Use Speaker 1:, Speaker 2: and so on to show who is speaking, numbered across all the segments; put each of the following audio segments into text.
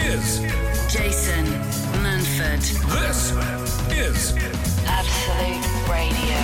Speaker 1: is
Speaker 2: Jason Manford,
Speaker 1: this is
Speaker 2: Absolute Radio.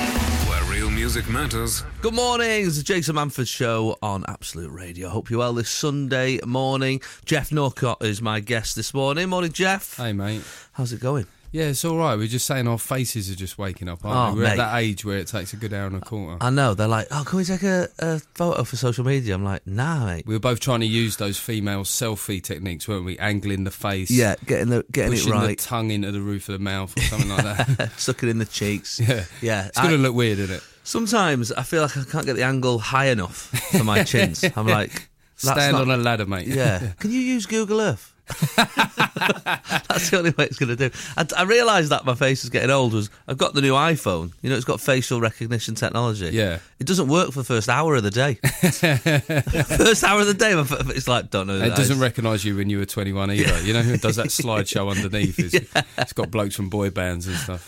Speaker 1: where real music matters.
Speaker 3: Good morning. It's the Jason Manford Show on Absolute Radio. Hope you're well this Sunday morning. Jeff Norcott is my guest this morning. Morning, Jeff.
Speaker 4: Hey, mate.
Speaker 3: How's it going?
Speaker 4: Yeah, it's all right. We're just saying our faces are just waking up,
Speaker 3: Oh,
Speaker 4: aren't we? We're
Speaker 3: mate.
Speaker 4: at that age where it takes a good hour and a quarter.
Speaker 3: I know they're like, oh, can we take a, a photo for social media? I'm like, nah, mate.
Speaker 4: we were both trying to use those female selfie techniques, weren't we? Angling the face,
Speaker 3: Yeah, getting the getting
Speaker 4: pushing
Speaker 3: it right,
Speaker 4: the tongue into the roof of the mouth or something like that.
Speaker 3: sucking in the cheeks.
Speaker 4: yeah,
Speaker 3: yeah.
Speaker 4: It's gonna
Speaker 3: I-
Speaker 4: look weird, isn't it?
Speaker 3: sometimes I feel like I can't get the angle high enough for my chins. I'm like, that's
Speaker 4: Stand
Speaker 3: not-
Speaker 4: on a ladder, mate.
Speaker 3: Yeah. Can you use Google Earth? That's the only way it's going to do. I, I realised that my face is getting old. Was I've got the new iPhone? You know, it's got facial recognition technology.
Speaker 4: Yeah.
Speaker 3: It doesn't work for the first hour of the day. first hour of the day, my f- it's like don't know. who
Speaker 4: It
Speaker 3: that
Speaker 4: doesn't
Speaker 3: is.
Speaker 4: recognise you when you were 21 either. You know who does that slideshow underneath? Is, It's got blokes from boy bands and stuff.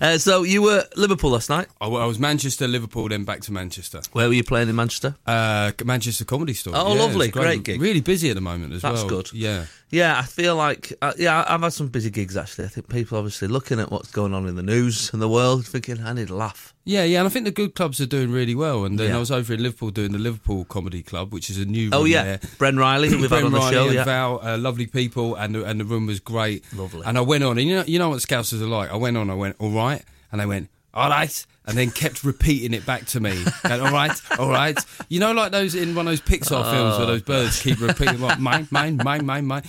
Speaker 3: uh, so you were at Liverpool last night.
Speaker 4: I, I was Manchester, Liverpool, then back to Manchester.
Speaker 3: Where were you playing in Manchester?
Speaker 4: Uh, Manchester Comedy Store.
Speaker 3: Oh,
Speaker 4: Yeah,
Speaker 3: lovely.
Speaker 4: it's
Speaker 3: Great gig.
Speaker 4: Really busy at the moment as
Speaker 3: That's
Speaker 4: well.
Speaker 3: good.
Speaker 4: Yeah.
Speaker 3: Yeah, I feel like uh, yeah, I've had some busy gigs actually. I think people obviously looking at what's going on in the news and the world, thinking I need a laugh.
Speaker 4: Yeah, yeah, and I think the good clubs are doing really well. And then
Speaker 3: Yeah.
Speaker 4: I was over in Liverpool doing the Liverpool Comedy Club, which is a new
Speaker 3: Oh
Speaker 4: room
Speaker 3: yeah,
Speaker 4: there.
Speaker 3: Bren Riley, who we've had
Speaker 4: Ben
Speaker 3: on the
Speaker 4: Riley
Speaker 3: show.
Speaker 4: and
Speaker 3: Yeah.
Speaker 4: Val, uh, lovely people, and the, and the room was great.
Speaker 3: Lovely.
Speaker 4: And I went on, and you know, you know what scousers are like. I went on, I went, all right, and they went, all right, and then kept repeating it back to me. Going, all right, all right. You know, like those in one of those Pixar films
Speaker 3: Oh.
Speaker 4: where those birds keep repeating, like, mine, mine, mine, mine, mine.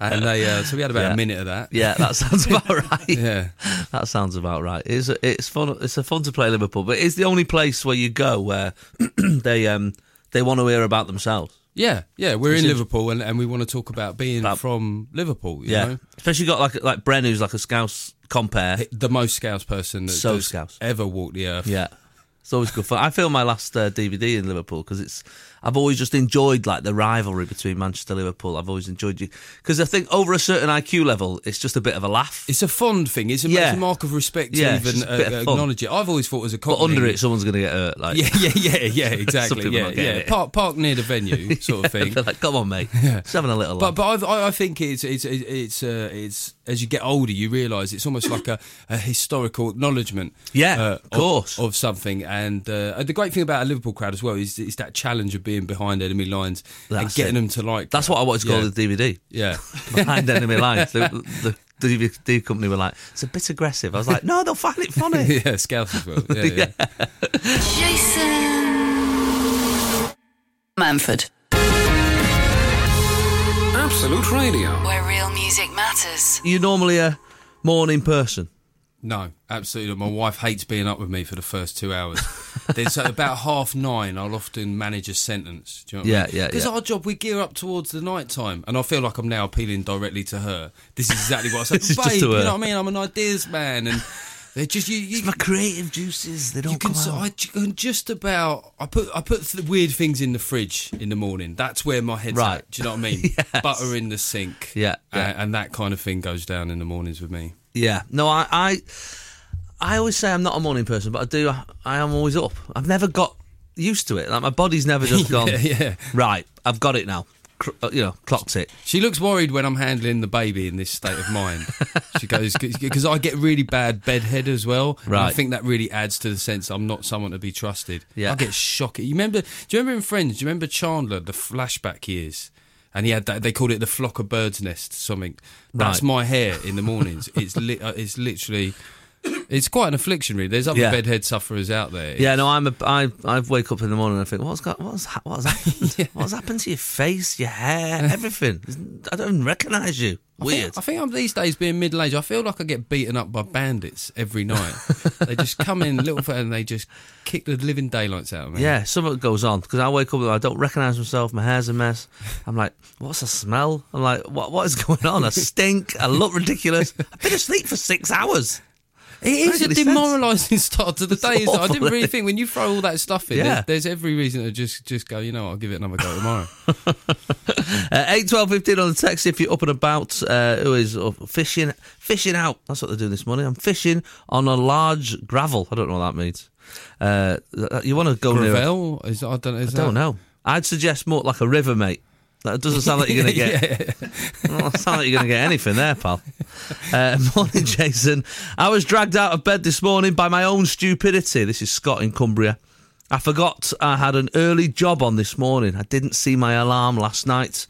Speaker 4: And they, uh, so we had about
Speaker 3: Yeah.
Speaker 4: a minute of that.
Speaker 3: Yeah, that sounds about right.
Speaker 4: Yeah.
Speaker 3: That sounds about right. It's it's fun. It's a fun to play Liverpool, but it's the only place where you go where they um they want to hear about themselves.
Speaker 4: Yeah, yeah, we're in
Speaker 3: int-
Speaker 4: Liverpool and, and we want to talk about being
Speaker 3: About-
Speaker 4: from Liverpool, you
Speaker 3: Yeah,
Speaker 4: know?
Speaker 3: especially got like like Bren, who's like a Scouse compare.
Speaker 4: the most Scouse person that
Speaker 3: So
Speaker 4: that's
Speaker 3: Scouse.
Speaker 4: ever walked the earth.
Speaker 3: Yeah, it's always good fun. I filmed my last uh, DVD in Liverpool because it's I've always just enjoyed like the rivalry between Manchester Liverpool. I've always enjoyed you because I think over a certain IQ level, it's just a bit of a laugh.
Speaker 4: It's a fond thing. It's a,
Speaker 3: Yeah.
Speaker 4: it's a mark of respect to
Speaker 3: Yeah, it's
Speaker 4: even
Speaker 3: just a bit of
Speaker 4: uh,
Speaker 3: fun.
Speaker 4: acknowledge it. I've always thought as a
Speaker 3: but
Speaker 4: compliment.
Speaker 3: under it, someone's going to get hurt. Like,
Speaker 4: Yeah, yeah, yeah, yeah, exactly.
Speaker 3: people
Speaker 4: yeah,
Speaker 3: not getting
Speaker 4: yeah.
Speaker 3: it.
Speaker 4: Park, park near the venue, sort of thing.
Speaker 3: They're like, come on, mate, just having a little laugh.
Speaker 4: But but I've, I I think it's it's it's uh, it's as you get older you realise it's almost like a, a historical acknowledgement. uh,
Speaker 3: Yeah, of
Speaker 4: of
Speaker 3: course.
Speaker 4: of something. And uh, the great thing about a Liverpool crowd as well is is that challenge of being behind enemy lines and
Speaker 3: That's
Speaker 4: getting
Speaker 3: it.
Speaker 4: them to like.
Speaker 3: That's what I wanted to call
Speaker 4: Yeah.
Speaker 3: the DVD.
Speaker 4: yeah.
Speaker 3: behind enemy lines. The, the, the DVD company were like, it's a bit aggressive. I was like, no, they'll find it funny.
Speaker 4: yeah, Scouse as well. Yeah, yeah.
Speaker 2: Jason Manford,
Speaker 1: Absolute Radio.
Speaker 2: where real music matters.
Speaker 3: You're normally a morning person.
Speaker 4: No, absolutely. not. My wife hates being up with me for the first two hours. There's uh, about half nine. I'll often manage a sentence. Do you know what
Speaker 3: Yeah,
Speaker 4: I mean?
Speaker 3: yeah,
Speaker 4: Because
Speaker 3: yeah.
Speaker 4: our job, we gear up towards the night time, and I feel like I'm now appealing directly to her. This is exactly what I
Speaker 3: This is
Speaker 4: said,
Speaker 3: just
Speaker 4: babe.
Speaker 3: to
Speaker 4: You know
Speaker 3: her.
Speaker 4: what I mean? I'm an ideas man, and they're just you. you
Speaker 3: My creative juices, they don't
Speaker 4: you can,
Speaker 3: come
Speaker 4: so
Speaker 3: out.
Speaker 4: I ju- can just about. I put I put the weird things in the fridge in the morning. That's where my head's
Speaker 3: Right.
Speaker 4: at. Do you know what I mean?
Speaker 3: Yes.
Speaker 4: Butter in the sink.
Speaker 3: Yeah,
Speaker 4: a-
Speaker 3: yeah.
Speaker 4: And, that kind of thing goes down in the mornings with me.
Speaker 3: yeah. No, I, I I always say I'm not a morning person, but I do. I, I am always up. I've never got used to it. Like, my body's never just gone,
Speaker 4: Yeah, yeah.
Speaker 3: right, I've got it now. Cr- uh, you know, clocked it.
Speaker 4: She looks worried when I'm handling the baby in this state of mind. she goes because I get really bad bedhead as well. and I
Speaker 3: Right.
Speaker 4: think that really adds to the sense I'm not someone to be trusted.
Speaker 3: Yeah.
Speaker 4: I get shocking. You remember? Do you remember in Friends? Do you remember Chandler? The flashback years. And he had that. They called it the flock of birds' nest. Something. That's
Speaker 3: Right.
Speaker 4: my hair in the mornings. it's li- uh, it's literally. It's quite an affliction, really. There's other
Speaker 3: Yeah.
Speaker 4: bedhead sufferers out there.
Speaker 3: Yeah, no, I'm a, I, I wake up in the morning and I think, what's got, what's, ha- what's happened? What's happened to your face, your hair, everything? It's- I don't even recognise you. Weird.
Speaker 4: I think I'm these days being middle aged. I feel like I get beaten up by bandits every night. they just come in little fella and they just kick the living daylights out of me.
Speaker 3: Yeah, something goes on because I wake up and I don't recognise myself. My hair's a mess. I'm like, what's the smell? I'm like, what what is going on? I stink. I look ridiculous. I've been asleep for six hours.
Speaker 4: it is a
Speaker 3: Makes any sense.
Speaker 4: demoralising start to the
Speaker 3: It's
Speaker 4: day. Isn't it? I
Speaker 3: awful,
Speaker 4: didn't really
Speaker 3: isn't it?
Speaker 4: think when you throw all that stuff in,
Speaker 3: Yeah.
Speaker 4: there's, there's every reason to just just go. You know, what, I'll give it another go tomorrow.
Speaker 3: Uh, Eight, twelve, fifteen on the text. If you're up and about, uh, who is up fishing? Fishing out. That's what they're doing this morning. I'm fishing on a large gravel. I don't know what that means. Uh, th- you want to go near?
Speaker 4: Gravel? Is, I don't, is
Speaker 3: I don't
Speaker 4: that-
Speaker 3: know. I'd suggest more like a river, mate. That doesn't sound like you're going to get. Doesn't sound like you're going to get anything there, pal. Uh, morning, Jason. I was dragged out of bed this morning by my own stupidity. This is Scott in Cumbria. I forgot I had an early job on this morning. I didn't see my alarm last night.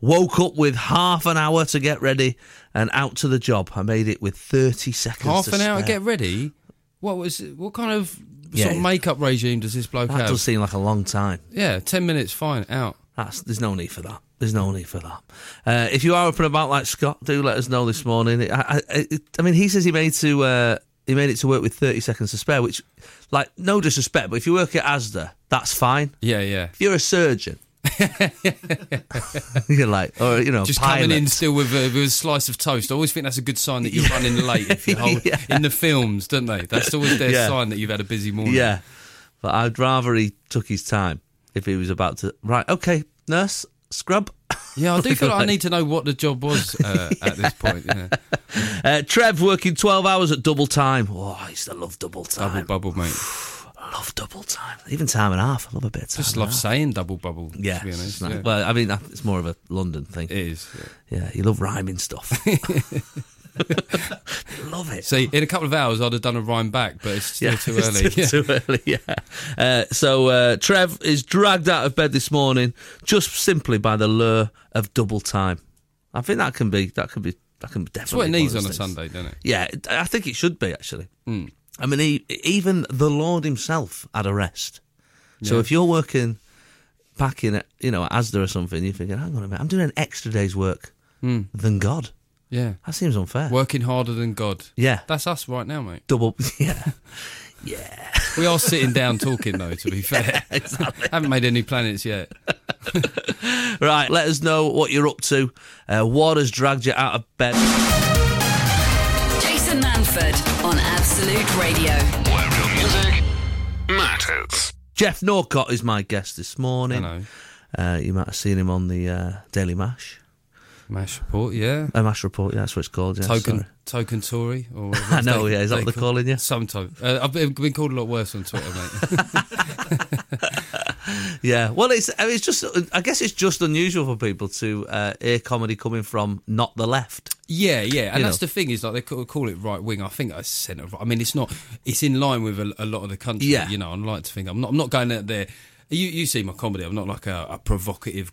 Speaker 3: Woke up with half an hour to get ready and out to the job. I made it with 30 seconds.
Speaker 4: Half
Speaker 3: to
Speaker 4: an hour to
Speaker 3: spare.
Speaker 4: get ready. What was? What kind of
Speaker 3: Yeah.
Speaker 4: sort of makeup regime does this bloke
Speaker 3: That
Speaker 4: have?
Speaker 3: does seem like a long time.
Speaker 4: Yeah, ten minutes, fine, out.
Speaker 3: That's, there's no need for that. There's no need for that. Uh, if you are up and about like Scott, do let us know this morning. I, I, I, I mean, he says he made to uh, he made it to work with 30 seconds to spare, which, like, no disrespect, but if you work at ASDA, that's fine.
Speaker 4: Yeah, yeah.
Speaker 3: If you're a surgeon, you're like, or you know,
Speaker 4: Just
Speaker 3: pilot.
Speaker 4: coming in still with a, with a slice of toast. I always think that's a good sign that you're running late. If you hold,
Speaker 3: Yeah.
Speaker 4: In the films, don't they? That's always their
Speaker 3: Yeah.
Speaker 4: sign that you've had a busy morning.
Speaker 3: Yeah, but I'd rather he took his time if he was about to. Right, okay, nurse, scrub.
Speaker 4: Yeah, I do feel like I
Speaker 3: Right.
Speaker 4: need to know what the job was uh, at this point. Yeah.
Speaker 3: Uh, Trev working 12 hours at double time. Oh, I used to love double
Speaker 4: Double
Speaker 3: time.
Speaker 4: bubble, mate.
Speaker 3: I love double time. Even time and a half. I love a bit of time.
Speaker 4: Just
Speaker 3: and a
Speaker 4: love
Speaker 3: half.
Speaker 4: saying double bubble.
Speaker 3: Yeah,
Speaker 4: to be
Speaker 3: it's
Speaker 4: honest.
Speaker 3: nice.
Speaker 4: Yeah.
Speaker 3: Well, I mean, it's more of a London thing.
Speaker 4: it is. yeah.
Speaker 3: yeah, you love rhyming stuff. love it.
Speaker 4: See, in a couple of hours, I'd have done a rhyme back, but it's still
Speaker 3: yeah,
Speaker 4: too
Speaker 3: it's
Speaker 4: early. Yeah.
Speaker 3: Too, too early, yeah. Uh, so uh, Trev is dragged out of bed this morning just simply by the lure of double time. I think that can be that can be that can definitely.
Speaker 4: That's what it needs
Speaker 3: one
Speaker 4: on
Speaker 3: of those
Speaker 4: a
Speaker 3: things.
Speaker 4: Sunday, doesn't it?
Speaker 3: Yeah, it- I think it should be actually.
Speaker 4: Hmm.
Speaker 3: I mean, he, even the Lord himself had a rest. So
Speaker 4: Yeah.
Speaker 3: if you're working back in, at, you know, Asda or something, you're thinking, hang on a minute, I'm doing an extra day's work
Speaker 4: Hmm.
Speaker 3: than God.
Speaker 4: Yeah.
Speaker 3: That seems unfair.
Speaker 4: Working harder than God.
Speaker 3: Yeah,
Speaker 4: That's us right now, mate.
Speaker 3: double. Yeah,
Speaker 4: We are sitting down talking, though, to be fair.
Speaker 3: exactly.
Speaker 4: Haven't made any planets yet.
Speaker 3: right. Let us know what you're up to. Uh, what has dragged you out of bed?
Speaker 2: Jason Manford on Absolute Radio.
Speaker 1: Where real music matters.
Speaker 3: Jeff Norcott is my guest this
Speaker 4: I
Speaker 3: morning.
Speaker 4: know.
Speaker 3: Uh, you might have seen him on the uh, Daily Mash,
Speaker 4: Mash report, yeah.
Speaker 3: uh, Mash Report. Yeah, that's what it's called. Yeah,
Speaker 4: Token
Speaker 3: sorry.
Speaker 4: token Tory, or
Speaker 3: I know. Yeah, is that what they're calling you?
Speaker 4: Sometimes uh, I've been been called a lot worse on Twitter, mate.
Speaker 3: Yeah, well, it's I mean, it's just I guess it's just unusual for people to uh, hear comedy coming from not the left.
Speaker 4: yeah, yeah, and
Speaker 3: You
Speaker 4: that's
Speaker 3: know.
Speaker 4: the thing is like they call, call it right wing. I think I centre. I mean, it's not. It's in line with a, a lot of the country.
Speaker 3: Yeah.
Speaker 4: you know, I like to think I'm not. I'm not going out there. You, you see my comedy. I'm not like a, a provocative,
Speaker 3: No,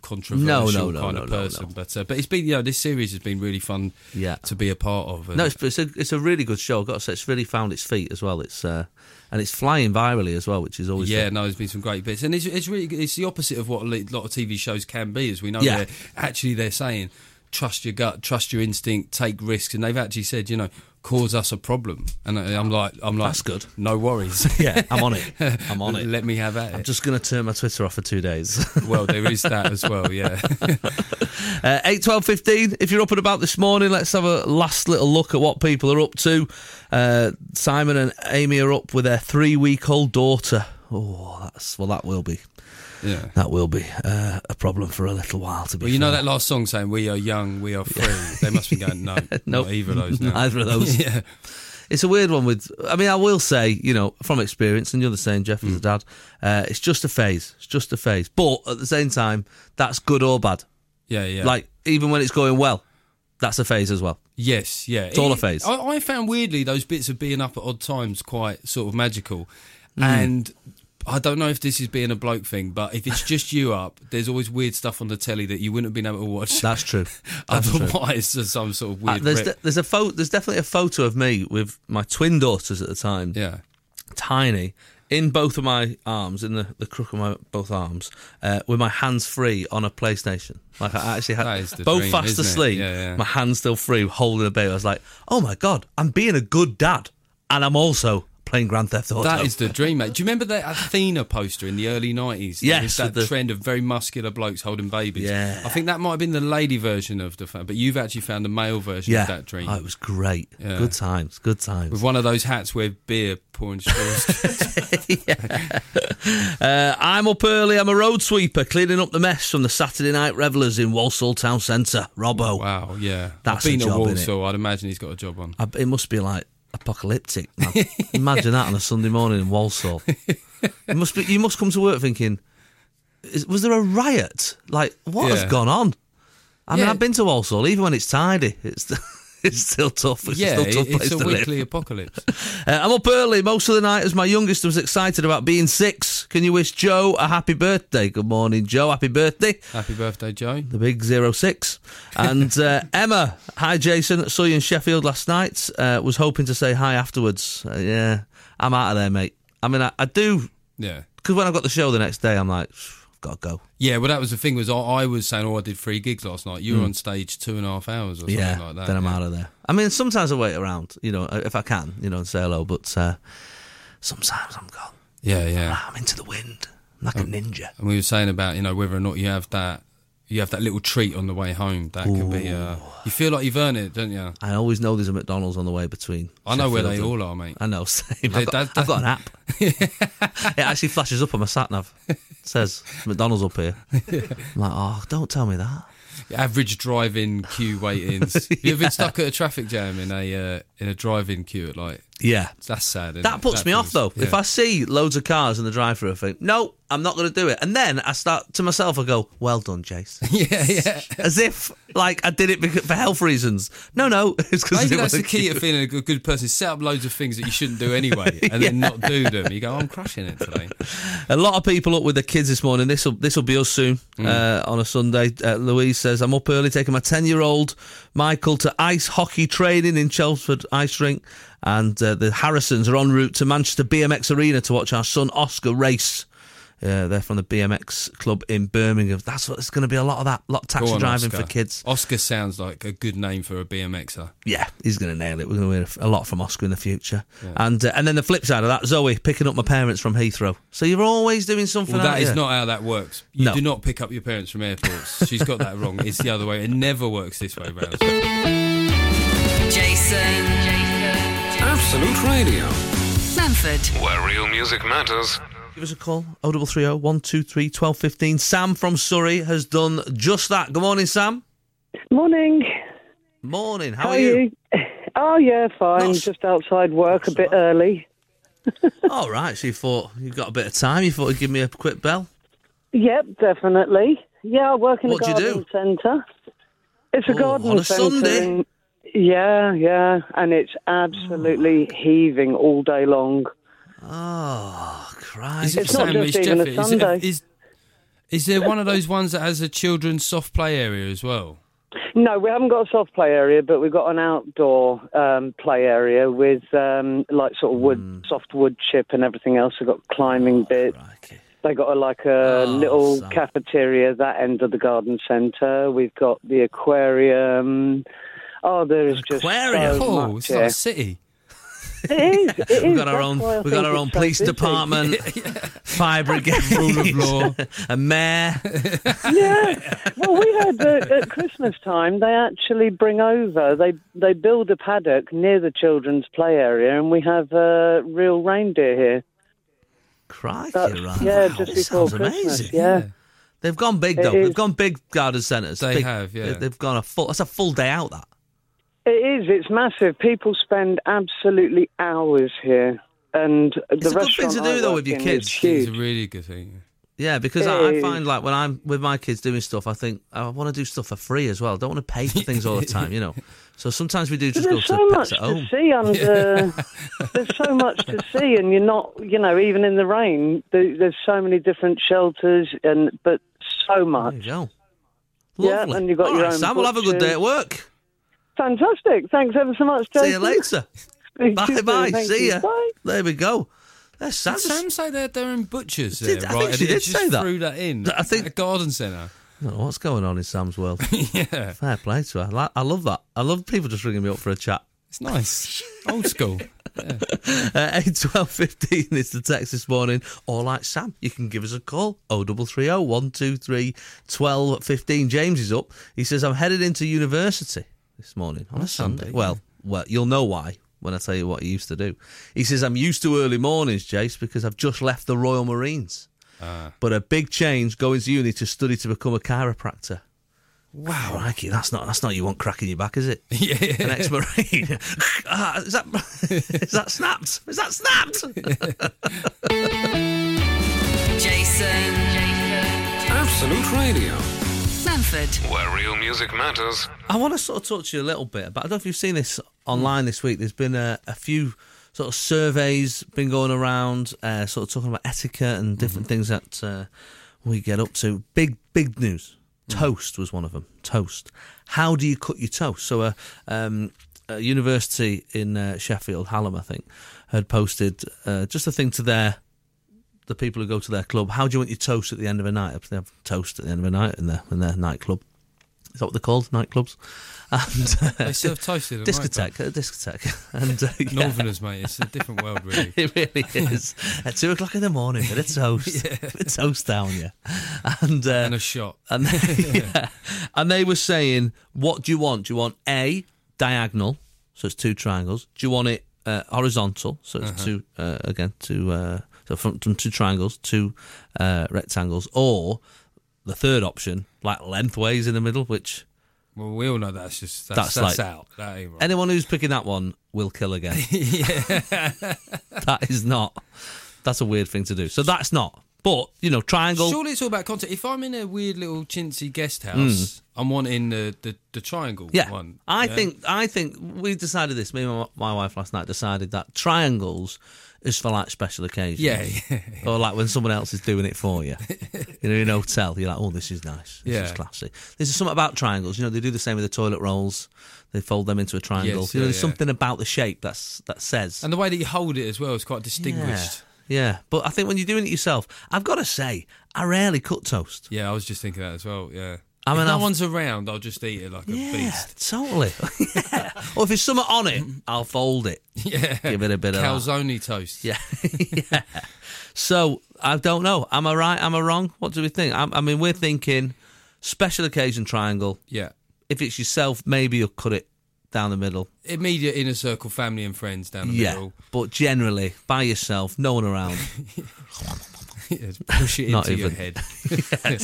Speaker 3: no,
Speaker 4: controversial
Speaker 3: no,
Speaker 4: kind
Speaker 3: no,
Speaker 4: of
Speaker 3: no, no.
Speaker 4: person. But uh, but it's been you know this series has been really fun.
Speaker 3: Yeah.
Speaker 4: to be a part of. and-
Speaker 3: No, it's it's a, it's a really good show. I've got to say, it's really found its feet as well. It's uh, and it's flying virally as well, which is always
Speaker 4: Yeah, no, there's been some great bits, and it's, it's really good. it's the opposite of what a li- lot of TV shows can be, as we know.
Speaker 3: Yeah.
Speaker 4: They're, actually, they're saying trust your gut, trust your instinct, take risks, and they've actually said, you know, cause us a problem, and I- I'm like, I'm like,
Speaker 3: That's good.
Speaker 4: No worries.
Speaker 3: yeah. I'm on it. I'm on it.
Speaker 4: Let me have at
Speaker 3: I'm
Speaker 4: it.
Speaker 3: just gonna turn my Twitter off for two days.
Speaker 4: well, there is that as well. Yeah,
Speaker 3: Uh, 8, 12, 15. If you're up and about this morning, let's have a last little look at what people are up to. Uh, Simon and Amy are up with their three week old daughter. Oh, that's well, that will be
Speaker 4: yeah.
Speaker 3: that will be uh, a problem for a little while. To be
Speaker 4: Well, you
Speaker 3: fair.
Speaker 4: know that last song saying "We are young, we are free." They must be going, no,
Speaker 3: Nope.
Speaker 4: not either of those. Now.
Speaker 3: Neither of those.
Speaker 4: yeah,
Speaker 3: It's a weird one with. I mean, I will say, you know, from experience, and you're the same, Jeff, as
Speaker 4: Mm.
Speaker 3: a dad. Uh, it's just a phase. It's just a phase. But at the same time, that's good or bad.
Speaker 4: yeah, yeah.
Speaker 3: Like even when it's going well, that's a phase as well.
Speaker 4: Yes, yeah. It's
Speaker 3: all a phase.
Speaker 4: I, I found weirdly those bits of being up at odd times quite sort of magical.
Speaker 3: Hmm.
Speaker 4: And I don't know if this is being a bloke thing, but if it's just you up, there's always weird stuff on the telly that you wouldn't have been able to watch
Speaker 3: That's true. That's true.
Speaker 4: otherwise there's some sort of
Speaker 3: Uh,
Speaker 4: weird.
Speaker 3: there's
Speaker 4: rip.
Speaker 3: de- there's a photo. There's definitely a photo of me with my twin daughters at the time,
Speaker 4: yeah.
Speaker 3: tiny, in both of my arms, in the, the crook of my both arms, uh, with my hands free on a PlayStation. Like I actually
Speaker 4: That
Speaker 3: had
Speaker 4: is the
Speaker 3: both
Speaker 4: dream,
Speaker 3: fast
Speaker 4: isn't it?
Speaker 3: asleep,
Speaker 4: Yeah, yeah.
Speaker 3: my hands still free, holding a baby. I was like, oh my god, I'm being a good dad, and I'm also playing Grand Theft Auto.
Speaker 4: That is the dream, mate. Do you remember that Athena poster in the early nineties?
Speaker 3: Yes,
Speaker 4: that
Speaker 3: with the-
Speaker 4: trend of very muscular blokes holding babies.
Speaker 3: Yeah.
Speaker 4: I think that might have been the lady version of the, fa- but you've actually found the male version
Speaker 3: yeah,
Speaker 4: of that dream.
Speaker 3: Oh, it was great.
Speaker 4: Yeah.
Speaker 3: Good times. Good times.
Speaker 4: with one of those hats where beer pouring straws.
Speaker 3: Uh, I'm up early. I'm a road sweeper, cleaning up the mess from the Saturday night revellers in Walsall Town Centre. Robbo.
Speaker 4: Wow, yeah.
Speaker 3: Oh. That's
Speaker 4: I've
Speaker 3: a
Speaker 4: been
Speaker 3: job,
Speaker 4: at
Speaker 3: innit?
Speaker 4: Walsall. I'd imagine he's got a job on.
Speaker 3: I, it must be like apocalyptic. Man. Imagine that on a Sunday morning in Walsall. It must be. You must come to work thinking, is- was there a riot? Like, what has
Speaker 4: Yeah.
Speaker 3: gone on? I mean,
Speaker 4: Yeah.
Speaker 3: I've been to Walsall, even when it's tidy, it's it's still tough. It's
Speaker 4: yeah,
Speaker 3: still a tough
Speaker 4: it-
Speaker 3: place
Speaker 4: it's a
Speaker 3: to live.
Speaker 4: weekly apocalypse.
Speaker 3: Uh, I'm up early most of the night as my youngest was excited about being six. Can you wish Joe a happy birthday? Good morning, Joe. Happy birthday.
Speaker 4: Happy birthday, Joe.
Speaker 3: The big zero six. And uh, Emma, hi, Jason. Saw you in Sheffield last night. Uh, was hoping to say hi afterwards. Uh, yeah, I'm out of there, mate. I mean, I, I do,
Speaker 4: Yeah.
Speaker 3: because when I got the show the next day, I'm like, I've got to go.
Speaker 4: Yeah, well, that was the thing was I, I was saying, oh, I did three gigs last night. You were on stage two and a half hours or something
Speaker 3: Hmm. yeah,
Speaker 4: like that.
Speaker 3: then I'm
Speaker 4: yeah.
Speaker 3: out of there. I mean, sometimes I wait around, you know, if I can, you know, and say hello, but uh, sometimes I'm gone.
Speaker 4: Yeah, yeah.
Speaker 3: I'm into the wind. I'm
Speaker 4: Oh.
Speaker 3: like a ninja.
Speaker 4: And we were saying about you know whether or not you have that you have that little treat on the way home. That can be. Uh, you feel like you've earned it, don't you?
Speaker 3: I always know there's a McDonald's on the way between.
Speaker 4: I know where they
Speaker 3: Sheffield and-
Speaker 4: all are, mate.
Speaker 3: I know, same.
Speaker 4: Yeah,
Speaker 3: I've, got,
Speaker 4: that-
Speaker 3: I've got an app. it actually flashes up on my sat nav. It says McDonald's up here. I'm like, oh, don't tell me that.
Speaker 4: Average driving queue waitings. You've been stuck at a traffic jam in a uh, in a driving queue at like
Speaker 3: Yeah.
Speaker 4: that's sad. Isn't
Speaker 3: That
Speaker 4: it?
Speaker 3: puts me off
Speaker 4: is-
Speaker 3: though. If
Speaker 4: yeah.
Speaker 3: I see loads of cars in the drive-through, I think, no, I'm not going to do it. And then I start to myself, I go, well done, Jace.
Speaker 4: yeah yeah.
Speaker 3: As if like I did it becau- for health reasons. No, no, it's because
Speaker 4: Maybe that's the key to feeling a good, good person. Set up loads of things that you shouldn't do anyway, and then not do them. You go, "Oh, I'm crushing it today.
Speaker 3: A lot of people up with their kids this morning. This will this will be us soon
Speaker 4: Mm.
Speaker 3: uh, on a Sunday. Uh, Louise says I'm up early taking my ten year old Michael to ice hockey training in Chelmsford Ice Rink, and uh, the Harrisons are en route to Manchester BMX Arena to watch our son Oscar race. Yeah, they're from the BMX club in Birmingham. That's what it's going to be a lot of that, lot of
Speaker 4: Go
Speaker 3: taxi
Speaker 4: on,
Speaker 3: driving
Speaker 4: Oscar.
Speaker 3: for kids.
Speaker 4: Oscar sounds like a good name for a BMXer.
Speaker 3: Yeah, he's going to nail it. We're going to hear a lot from Oscar in the future. And uh, and then the flip side of that, Zoe picking up my parents from Heathrow. So you're always doing something.
Speaker 4: Well, that
Speaker 3: aren't
Speaker 4: is
Speaker 3: you?
Speaker 4: not how that works. You
Speaker 3: No.
Speaker 4: do not pick up your parents from airports. She's got that wrong. It's the other way. It never works this way round.
Speaker 2: Jason.
Speaker 1: Absolute Radio,
Speaker 2: Manford.
Speaker 1: where real music matters.
Speaker 3: Give us a call, 0330 123 1215. Sam from Surrey has done just that. Good morning, Sam.
Speaker 5: Morning.
Speaker 3: Morning, how,
Speaker 5: How, are you? Oh yeah, fine.
Speaker 3: Not s-
Speaker 5: Just outside work, a bit early.
Speaker 3: All right, so you thought you've got a bit of time, you thought you'd give me a quick bell.
Speaker 5: Yep, definitely. Yeah, I work in
Speaker 3: What do
Speaker 5: a
Speaker 3: you do?
Speaker 5: garden centre. It's a
Speaker 3: Oh,
Speaker 5: garden
Speaker 3: on a
Speaker 5: centre.
Speaker 3: Sunday?
Speaker 5: in- yeah, yeah, and it's absolutely heaving all day long.
Speaker 3: Oh, Christ.
Speaker 4: Is it
Speaker 5: It's not
Speaker 4: Sam,
Speaker 5: just
Speaker 4: it's
Speaker 5: even a
Speaker 4: Jeffy. Is it-
Speaker 5: Sunday.
Speaker 4: Is, is there one of those ones that has a children's soft play area as well?
Speaker 5: No, we haven't got a soft play area, but we've got an outdoor um, play area with um, like sort of wood,
Speaker 3: Hmm.
Speaker 5: soft wood chip and everything else. We've got
Speaker 3: Oh,
Speaker 5: climbing bits.
Speaker 3: Crikey.
Speaker 5: They got a, like a
Speaker 3: Oh,
Speaker 5: little
Speaker 3: son.
Speaker 5: cafeteria that end of the garden centre. We've got the aquarium. Oh, there is just
Speaker 3: Aquarium?
Speaker 5: So
Speaker 4: Oh,
Speaker 5: much
Speaker 4: it's like
Speaker 5: here.
Speaker 4: a city.
Speaker 5: It is. It is.
Speaker 3: We've got our
Speaker 5: That's
Speaker 3: own.
Speaker 5: why I
Speaker 3: We've
Speaker 5: think
Speaker 3: got our
Speaker 5: it's
Speaker 3: own
Speaker 5: so
Speaker 3: police
Speaker 5: busy.
Speaker 3: department, fire brigade,
Speaker 4: Rule of law.
Speaker 3: a mayor.
Speaker 5: Yeah. Well, we had uh, at Christmas time. They actually bring over. They they build a paddock near the children's play area, and we have uh, real reindeer here.
Speaker 3: Crikey,
Speaker 5: That's,
Speaker 3: right.
Speaker 5: Yeah,
Speaker 3: Wow,
Speaker 5: just
Speaker 3: this
Speaker 5: before
Speaker 3: sounds
Speaker 5: Christmas.
Speaker 3: amazing.
Speaker 5: Yeah.
Speaker 3: They've gone big though.
Speaker 5: is.
Speaker 3: They've gone big garden centres.
Speaker 4: They
Speaker 3: Big-
Speaker 4: have, yeah.
Speaker 3: They've gone a full. That's a full day out. That.
Speaker 5: It is. It's massive. People spend absolutely hours here, and the
Speaker 3: a good thing
Speaker 5: restaurant
Speaker 3: to do,
Speaker 5: I
Speaker 3: though,
Speaker 5: work
Speaker 3: with your
Speaker 5: in
Speaker 3: kids.
Speaker 5: is
Speaker 4: It's
Speaker 5: Huge.
Speaker 4: a really good thing.
Speaker 3: Yeah, because I, I
Speaker 5: Hey.
Speaker 3: find like when I'm with my kids doing stuff, I think "Oh, I want to do stuff for free as well. I don't want to pay for things all the time, you know. So sometimes we do just go
Speaker 5: There's
Speaker 3: to
Speaker 5: so
Speaker 3: pets
Speaker 5: much
Speaker 3: at
Speaker 5: to
Speaker 3: home.
Speaker 5: see under. there's so much to see, and you're not, you know, even in the rain. There, there's so many different shelters, and but so
Speaker 3: There
Speaker 5: much.
Speaker 3: you go.
Speaker 5: Yeah,
Speaker 3: Lovely.
Speaker 5: and you've got
Speaker 3: All
Speaker 5: your
Speaker 3: right,
Speaker 5: own
Speaker 3: Sam, we'll have a good day at work.
Speaker 5: Fantastic! Thanks ever so much.
Speaker 3: See you
Speaker 5: Jason.
Speaker 3: later.
Speaker 5: Speak to
Speaker 3: bye
Speaker 5: you soon.
Speaker 3: bye.
Speaker 5: Thank
Speaker 3: See
Speaker 5: you.
Speaker 3: ya.
Speaker 5: Bye.
Speaker 3: There we go. There's Sam.
Speaker 4: Did Sam say they're, they're in butchers there,
Speaker 3: Did- I
Speaker 4: right?
Speaker 3: think
Speaker 4: And
Speaker 3: she
Speaker 4: it
Speaker 3: did
Speaker 4: just
Speaker 3: say that.
Speaker 4: threw that in.
Speaker 3: I think-
Speaker 4: A garden centre.
Speaker 3: I don't know Oh, what's going on in Sam's world.
Speaker 4: yeah.
Speaker 3: Fair play to her. I, like, I love that. I love people just ringing me up for a chat.
Speaker 4: It's nice. Old school.
Speaker 3: Uh, 8 12 15 is the text this morning. Or like Sam, you can give us a call Oh, 0330 123 12 15. James is up. He says, I'm headed into university this morning on a Sunday. Well, well, you'll know why when I tell you what he used to do. He says, I'm used to early mornings, Jace, because I've just left the Royal Marines. But a big change going to uni to study to become a chiropractor. Wow, Crikey, that's not that's not you want cracking your back, is it?
Speaker 4: yeah.
Speaker 3: an ex-marine. ah, is that is that snapped? Is that snapped?
Speaker 2: Jason.
Speaker 1: Absolute Radio,
Speaker 2: Manford.
Speaker 1: where real music matters.
Speaker 3: I want to sort of talk to you a little bit about. I don't know if you've seen this online this week. There's been a, a few sort of surveys been going around, uh, sort of talking about etiquette and different things that uh, we get up to. Big, big news. Toast was one of them. Toast. How do you cut your toast? So, a, um, a university in uh, Sheffield, Hallam, I think, had posted uh, just a thing to their the people who go to their club. How do you want your toast at the end of a night? They have toast at the end of a night in their in their nightclub. Is that what they're called? Nightclubs and uh,
Speaker 4: They serve toasted at night,
Speaker 3: discotheque, a discotheque, and uh, yeah,
Speaker 4: Northerners, mate. It's a different world, really.
Speaker 3: it really is at two o'clock in the morning. But it's toast, it's toast down, yeah, and uh,
Speaker 4: And a shot.
Speaker 3: and they, yeah. and they were saying, "What do you want? Do you want a diagonal, so it's two triangles? Do you want it uh, horizontal, so it's
Speaker 4: Uh-huh.
Speaker 3: two uh, again two uh, so from, from two triangles, two uh, rectangles, or the third option, like lengthways in the middle, which."
Speaker 4: Well, we all know that's just that's,
Speaker 3: That's
Speaker 4: that's,
Speaker 3: like-
Speaker 4: out. That ain't right.
Speaker 3: Anyone who's picking that one will kill again. that is not. That's a weird thing to do. So that's not. But you know, triangle.
Speaker 4: Surely it's all about content. If I'm in a weird little chintzy guest house, I'm wanting the, the, the triangle
Speaker 3: Hmm. yeah,
Speaker 4: one.
Speaker 3: I
Speaker 4: yeah?
Speaker 3: think I think we decided this. Me and my, my wife last night decided that triangles is for like special occasions.
Speaker 4: Yeah, yeah,
Speaker 3: Or like when someone else is doing it for you. you know, in a hotel, you're like, oh, this is nice. This
Speaker 4: Yeah.
Speaker 3: is classy. There's something about triangles. You know, they do the same with the toilet rolls. They fold them into a triangle.
Speaker 4: Yes,
Speaker 3: you know,
Speaker 4: yeah,
Speaker 3: there's
Speaker 4: yeah.
Speaker 3: something about the shape that's that says.
Speaker 4: And the way that you hold it as well is quite distinguished.
Speaker 3: Yeah. yeah, but I think when you're doing it yourself, I've got to say, I rarely cut toast.
Speaker 4: Yeah, I was just thinking that as well. Yeah.
Speaker 3: I
Speaker 4: I
Speaker 3: mean,
Speaker 4: mean, if no
Speaker 3: I've-
Speaker 4: one's around, I'll just eat it like a beast.
Speaker 3: totally. yeah. Or if there's something on it, I'll fold it.
Speaker 4: Yeah.
Speaker 3: Give it a bit of. that.
Speaker 4: Calzone toast.
Speaker 3: Yeah. yeah. So I don't know. Am I right? Am I wrong? What do we think? I, I mean, we're thinking special occasion triangle.
Speaker 4: Yeah.
Speaker 3: If it's yourself, maybe you'll cut it down the middle.
Speaker 4: Immediate inner circle, family and friends down the
Speaker 3: Yeah.
Speaker 4: middle.
Speaker 3: But generally, by yourself, no one around.
Speaker 4: Yeah, just push it
Speaker 3: Not
Speaker 4: into your
Speaker 3: even.
Speaker 4: head.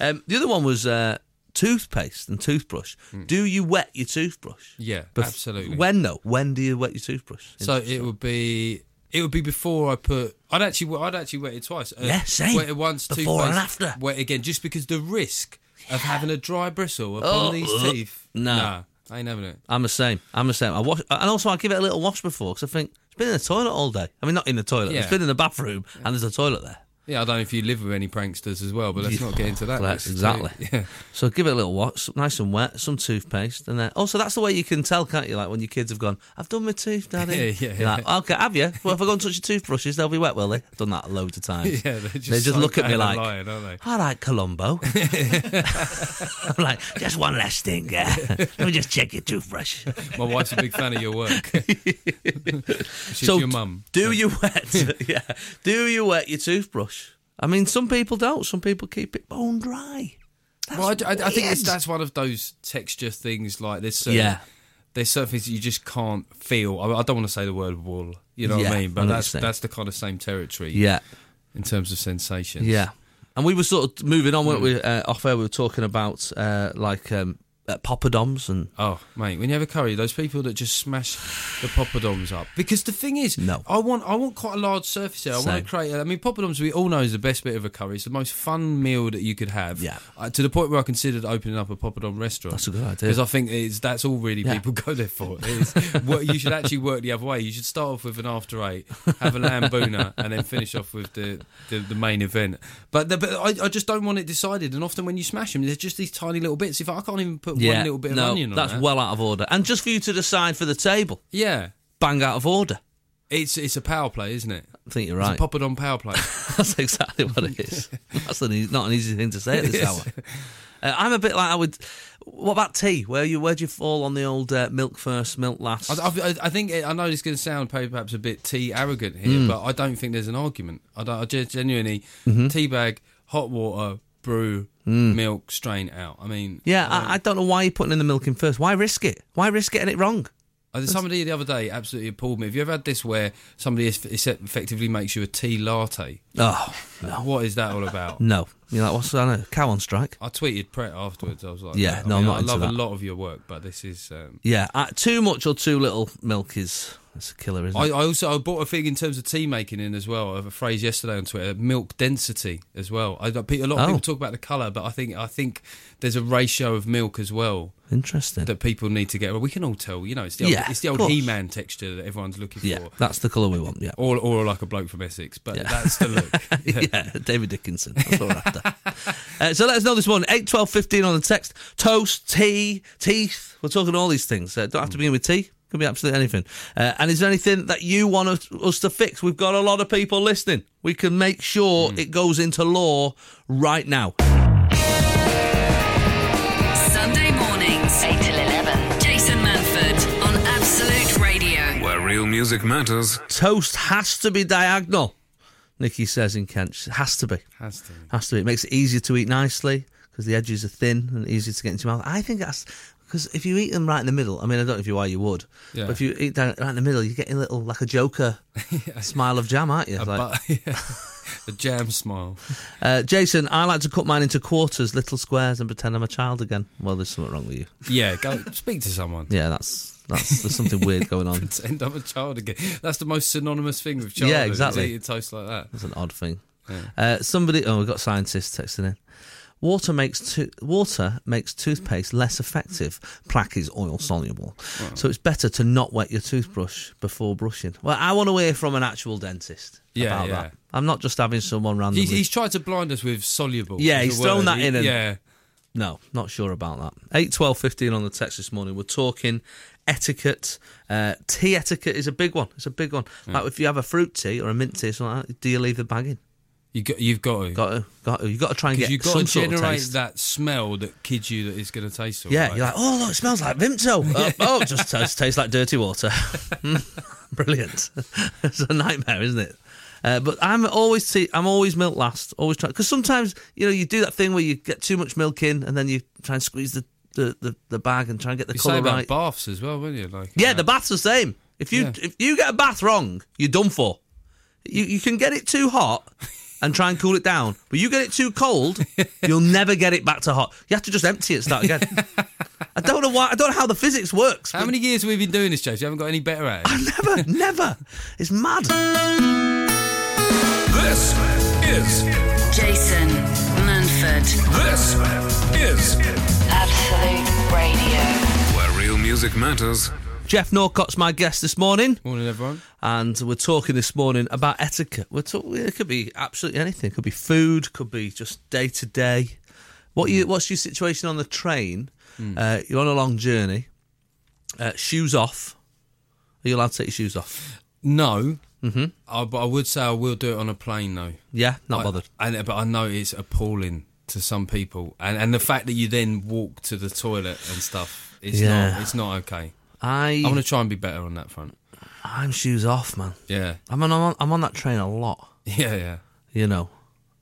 Speaker 3: um, the other one was uh, toothpaste and toothbrush.
Speaker 4: Hmm.
Speaker 3: Do you wet your toothbrush?
Speaker 4: Yeah,
Speaker 3: Bef-
Speaker 4: absolutely.
Speaker 3: When though? When do you wet your toothbrush?
Speaker 4: So it would be it would be before I put. I'd actually I'd actually wet it twice. Uh,
Speaker 3: Yeah, same.
Speaker 4: Wet it once,
Speaker 3: Before
Speaker 4: toothpaste,
Speaker 3: and after.
Speaker 4: Wet again, just because the risk of having a dry bristle upon
Speaker 3: Oh,
Speaker 4: these
Speaker 3: ugh.
Speaker 4: teeth.
Speaker 3: No.
Speaker 4: nah, I ain't having it.
Speaker 3: I'm the same. I'm the same. I wash, and also I give it a little wash before because I think it's been in the toilet all day. I mean, not in the toilet. It's
Speaker 4: Yeah.
Speaker 3: been in the bathroom, and there's a toilet there.
Speaker 4: Yeah, I don't know if you live with any pranksters as well, but let's
Speaker 3: Yeah.
Speaker 4: not get into that.
Speaker 3: That's
Speaker 4: risk too.
Speaker 3: exactly.
Speaker 4: Yeah.
Speaker 3: So give it a little wash, nice and wet, some toothpaste, and then also that's the way you can tell, can't you? Like when your kids have gone, I've done my tooth, daddy.
Speaker 4: Yeah, yeah,
Speaker 3: You're like, okay, have you? Well, if I go and touch your toothbrushes, they'll be wet, will they? I've done that loads of times.
Speaker 4: Yeah, they're just
Speaker 3: they just
Speaker 4: so
Speaker 3: look at me
Speaker 4: bad
Speaker 3: like,
Speaker 4: lying, aren't they?
Speaker 3: I like Colombo. I'm like, just one last thing. uh, Let me just check your toothbrush.
Speaker 4: My wife's a big fan of your work. She's your mum.
Speaker 3: Do you wet? yeah. Do you wet your toothbrush? I mean, some people don't. Some people keep it bone dry.
Speaker 4: Well, I, I- I think it's,
Speaker 3: weird.
Speaker 4: that's one of those texture things. Like there's certain,
Speaker 3: Yeah.
Speaker 4: there's certain things that you just can't feel. I, I don't want to say the word wool. You know what
Speaker 3: Yeah,
Speaker 4: I mean? But that's
Speaker 3: 100%.
Speaker 4: that's the kind of same territory.
Speaker 3: Yeah.
Speaker 4: in terms of sensations.
Speaker 3: Yeah. And we were sort of moving on, weren't we? Uh, off air, we were talking about uh, like um, uh, poppadoms and
Speaker 4: Oh, mate, when you have a curry, those people that just smash the poppadoms up. Because the thing is,
Speaker 3: No.
Speaker 4: I want I want quite a large surface here. I
Speaker 3: Same.
Speaker 4: want to create. I mean, poppadoms we all know is the best bit of a curry. It's the most fun meal that you could have.
Speaker 3: Yeah.
Speaker 4: Uh, to the point where I considered opening up a poppadom restaurant.
Speaker 3: That's a good idea.
Speaker 4: Because I think it's that's all really
Speaker 3: Yeah.
Speaker 4: people go there for. It is, what, you should actually work the other way. You should start off with an after eight, have a lambuna, and then finish off with the, the, the main event. But the, but I, I just don't want it decided. And often when you smash them, there's just these tiny little bits. If I can't even put
Speaker 3: yeah,
Speaker 4: one little bit
Speaker 3: no,
Speaker 4: of onion on
Speaker 3: that's
Speaker 4: that.
Speaker 3: well out of order. And just for you to decide for the table,
Speaker 4: Yeah,
Speaker 3: bang out of order.
Speaker 4: it's it's a power play, isn't it?
Speaker 3: I think you're
Speaker 4: It's
Speaker 3: right.
Speaker 4: a poppadom power play.
Speaker 3: That's exactly what it is. That's an, e- not an easy thing to say at this hour. Uh, I'm a bit like I would. What about tea? Where you where do you fall on the old uh, milk first, milk last?
Speaker 4: I, I, I think I know this is going to sound perhaps a bit tea arrogant here,
Speaker 3: Mm.
Speaker 4: but I don't think there's an argument. I, don't, I gen- genuinely
Speaker 3: Mm-hmm.
Speaker 4: tea bag, hot water, brew, milk, strain out. I mean,
Speaker 3: Mm. yeah, I, I don't know why you're putting in the milk in first. Why risk it? Why risk getting it wrong?
Speaker 4: Uh, There's somebody the other day absolutely appalled me. Have you ever had this where somebody is, is effectively makes you a tea latte?
Speaker 3: Oh
Speaker 4: What is that all about?
Speaker 3: no! You're like, what's that? A cow on strike?
Speaker 4: I tweeted Pret afterwards. I was like,
Speaker 3: Yeah,
Speaker 4: I
Speaker 3: no, I'm
Speaker 4: mean,
Speaker 3: not
Speaker 4: I
Speaker 3: into
Speaker 4: love
Speaker 3: that.
Speaker 4: a lot of your work, but this is um,
Speaker 3: Yeah, uh, too much or too little milk is That's a killer, isn't
Speaker 4: I,
Speaker 3: it?
Speaker 4: I also I bought a thing in terms of tea making in as well. I have a phrase yesterday on Twitter: milk density as well. I, a lot of
Speaker 3: Oh.
Speaker 4: people talk about the color, but I think I think there's a ratio of milk as well
Speaker 3: Interesting.
Speaker 4: that people need to get. Well, we can all tell, you know, it's the old,
Speaker 3: Yeah,
Speaker 4: it's the
Speaker 3: of
Speaker 4: old
Speaker 3: course.
Speaker 4: He-Man texture that everyone's looking
Speaker 3: yeah,
Speaker 4: for,
Speaker 3: that's the colour we want. Yeah.
Speaker 4: or or like a bloke from Essex, but that's the look.
Speaker 3: yeah. David Dickinson. That's what we're after. uh, so let us know this morning. 8, 12, 15 on the text. Toast, tea, teeth. We're talking all these things. Uh, don't have to be with tea. Could be absolutely anything. Uh, and is there anything that you want us, us to fix? We've got a lot of people listening. We can make sure
Speaker 4: Hmm.
Speaker 3: it goes into law right now.
Speaker 2: Sunday mornings, 8 till 11. Jason Manford on Absolute Radio.
Speaker 1: where real music matters.
Speaker 3: Toast has to be diagonal, Nikki says in Kent. Has to be.
Speaker 4: Has to.
Speaker 3: Has to be. It makes it easier to eat nicely because the edges are thin and easier to get into your mouth. I think that's because if you eat them right in the middle, I mean, I don't know if you are, you would.
Speaker 4: Yeah.
Speaker 3: But if you eat down right in the middle, you're getting a little like a Joker smile of jam, aren't you? Like-
Speaker 4: But yeah, a jam smile.
Speaker 3: uh, Jason, I like to cut mine into quarters, little squares, and pretend I'm a child again. Well, there's something wrong with you.
Speaker 4: Yeah, go speak to someone.
Speaker 3: Yeah, that's that's there's something weird going on.
Speaker 4: Pretend I'm a child again. That's the most synonymous thing with childhood. is
Speaker 3: exactly.
Speaker 4: Eating toast like that.
Speaker 3: That's an odd thing. Uh, somebody, oh, we've got scientists texting in. Water makes to- water makes toothpaste less effective. Plaque is oil soluble, so it's better to not wet your toothbrush before brushing. Well, I want to hear from an actual dentist
Speaker 4: Yeah,
Speaker 3: about
Speaker 4: yeah.
Speaker 3: that. I'm not just having someone randomly.
Speaker 4: He's, he's tried to blind us with soluble.
Speaker 3: Yeah,
Speaker 4: is
Speaker 3: he's
Speaker 4: the
Speaker 3: thrown
Speaker 4: word.
Speaker 3: that in and-
Speaker 4: yeah,
Speaker 3: No, not sure about that. 8, 12, 15 on the text this morning. We're talking etiquette. Uh, tea etiquette is a big one. It's a big one.
Speaker 4: Hmm.
Speaker 3: Like if you have a fruit tea or a mint tea, or something like that, do you leave the bag in?
Speaker 4: you got, you've got to.
Speaker 3: Got to, got to. You've got to try and
Speaker 4: because
Speaker 3: get
Speaker 4: you've got to
Speaker 3: some
Speaker 4: generate
Speaker 3: sort of taste.
Speaker 4: that smell that kids you that it's going to taste all
Speaker 3: Yeah,
Speaker 4: right.
Speaker 3: you're like, oh, look, it smells like Vimto. Oh, oh, it just tastes, tastes like dirty water. Hmm, Brilliant. it's a nightmare, isn't it? Uh, but I'm always tea, I'm always milk last. Always try because sometimes you know you do that thing where you get too much milk in and then you try and squeeze the the, the, the bag and try and get the
Speaker 4: you say
Speaker 3: colour
Speaker 4: about
Speaker 3: right.
Speaker 4: baths as well, wouldn't you? Like,
Speaker 3: yeah,
Speaker 4: uh,
Speaker 3: the bath's the same. If you
Speaker 4: Yeah.
Speaker 3: if you get a bath wrong, you're done for. You you can get it too hot and try and cool it down, but you get it too cold, you'll never get it back to hot. You have to just empty it, and start again. I don't know why. I don't know how the physics works.
Speaker 4: How
Speaker 3: but
Speaker 4: many years have we been doing this, James? You haven't got any better at it.
Speaker 3: Never, never. It's mad.
Speaker 1: This is
Speaker 2: Jason Manford,
Speaker 1: this is
Speaker 2: Absolute Radio.
Speaker 1: where real music matters.
Speaker 3: Jeff Norcott's my guest this morning.
Speaker 4: Morning, everyone.
Speaker 3: and we're talking this morning about etiquette. We're talking. It could be absolutely anything. It could be food. Could be just day to day. What
Speaker 4: Hmm.
Speaker 3: you? What's your situation on the train? Uh, you're on a long journey. Uh, shoes off. Are you allowed to take your shoes off?
Speaker 4: No, mm-hmm. I, but I would say I will do it on a plane though.
Speaker 3: Yeah, not
Speaker 4: I-
Speaker 3: bothered.
Speaker 4: And but I know it's appalling to some people, and and the fact that you then walk to the toilet and stuff, it's
Speaker 3: Yeah.
Speaker 4: not it's not okay.
Speaker 3: I.
Speaker 4: I'm going to try and be better on that front.
Speaker 3: I'm shoes off, man.
Speaker 4: Yeah,
Speaker 3: I'm on, I'm on. I'm on that train a lot.
Speaker 4: yeah, yeah.
Speaker 3: You know.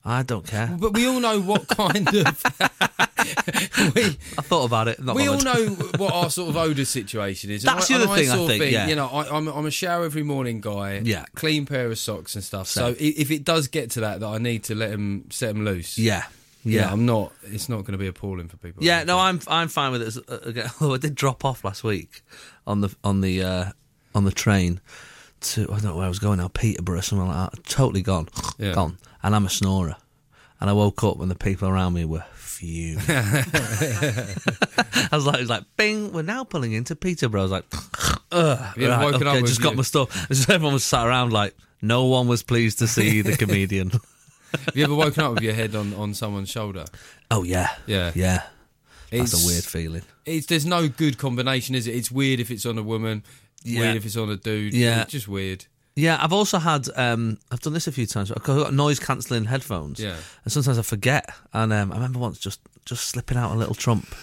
Speaker 3: I don't care.
Speaker 4: But we all know what kind of we,
Speaker 3: I thought about it. Not
Speaker 4: we all
Speaker 3: bothered.
Speaker 4: know what our sort of odor situation is.
Speaker 3: That's the
Speaker 4: and
Speaker 3: other thing, I
Speaker 4: sort of
Speaker 3: think, yeah.
Speaker 4: You know, I, I'm I'm a shower every morning guy.
Speaker 3: Yeah.
Speaker 4: clean pair of socks and stuff. So, i if it does get to that, that I need to let him set him loose.
Speaker 3: Yeah.
Speaker 4: You know,
Speaker 3: Yeah.
Speaker 4: I'm not. It's not going to be appalling for people.
Speaker 3: Yeah, no, I'm I'm fine with it. as- uh, again. Although I did drop off last week on the on the uh, on the train to I don't know where I was going now, Peterborough, somewhere like that. Totally gone,
Speaker 4: Yeah.
Speaker 3: gone. And I'm a snorer, and I woke up and the people around me were fuming. I was like, it was like, bing, we're now pulling into Peterborough. I was like, ugh,
Speaker 4: you ever
Speaker 3: right,
Speaker 4: woken up
Speaker 3: okay,
Speaker 4: with
Speaker 3: just got
Speaker 4: you-
Speaker 3: my stuff. And just everyone was sat around like, no one was pleased to see the comedian.
Speaker 4: Have you ever woken up with your head on on someone's shoulder?
Speaker 3: oh yeah,
Speaker 4: Yeah.
Speaker 3: yeah. That's
Speaker 4: It's-
Speaker 3: a weird feeling.
Speaker 4: It's there's no good combination, is it? It's weird if it's on a woman.
Speaker 3: Yeah.
Speaker 4: Weird if it's on a dude.
Speaker 3: Yeah.
Speaker 4: It's just weird.
Speaker 3: Yeah, I've also had um, I've done this a few times. I've got noise cancelling headphones,
Speaker 4: Yeah.
Speaker 3: and sometimes I forget. And um, I remember once just just slipping out a little trump,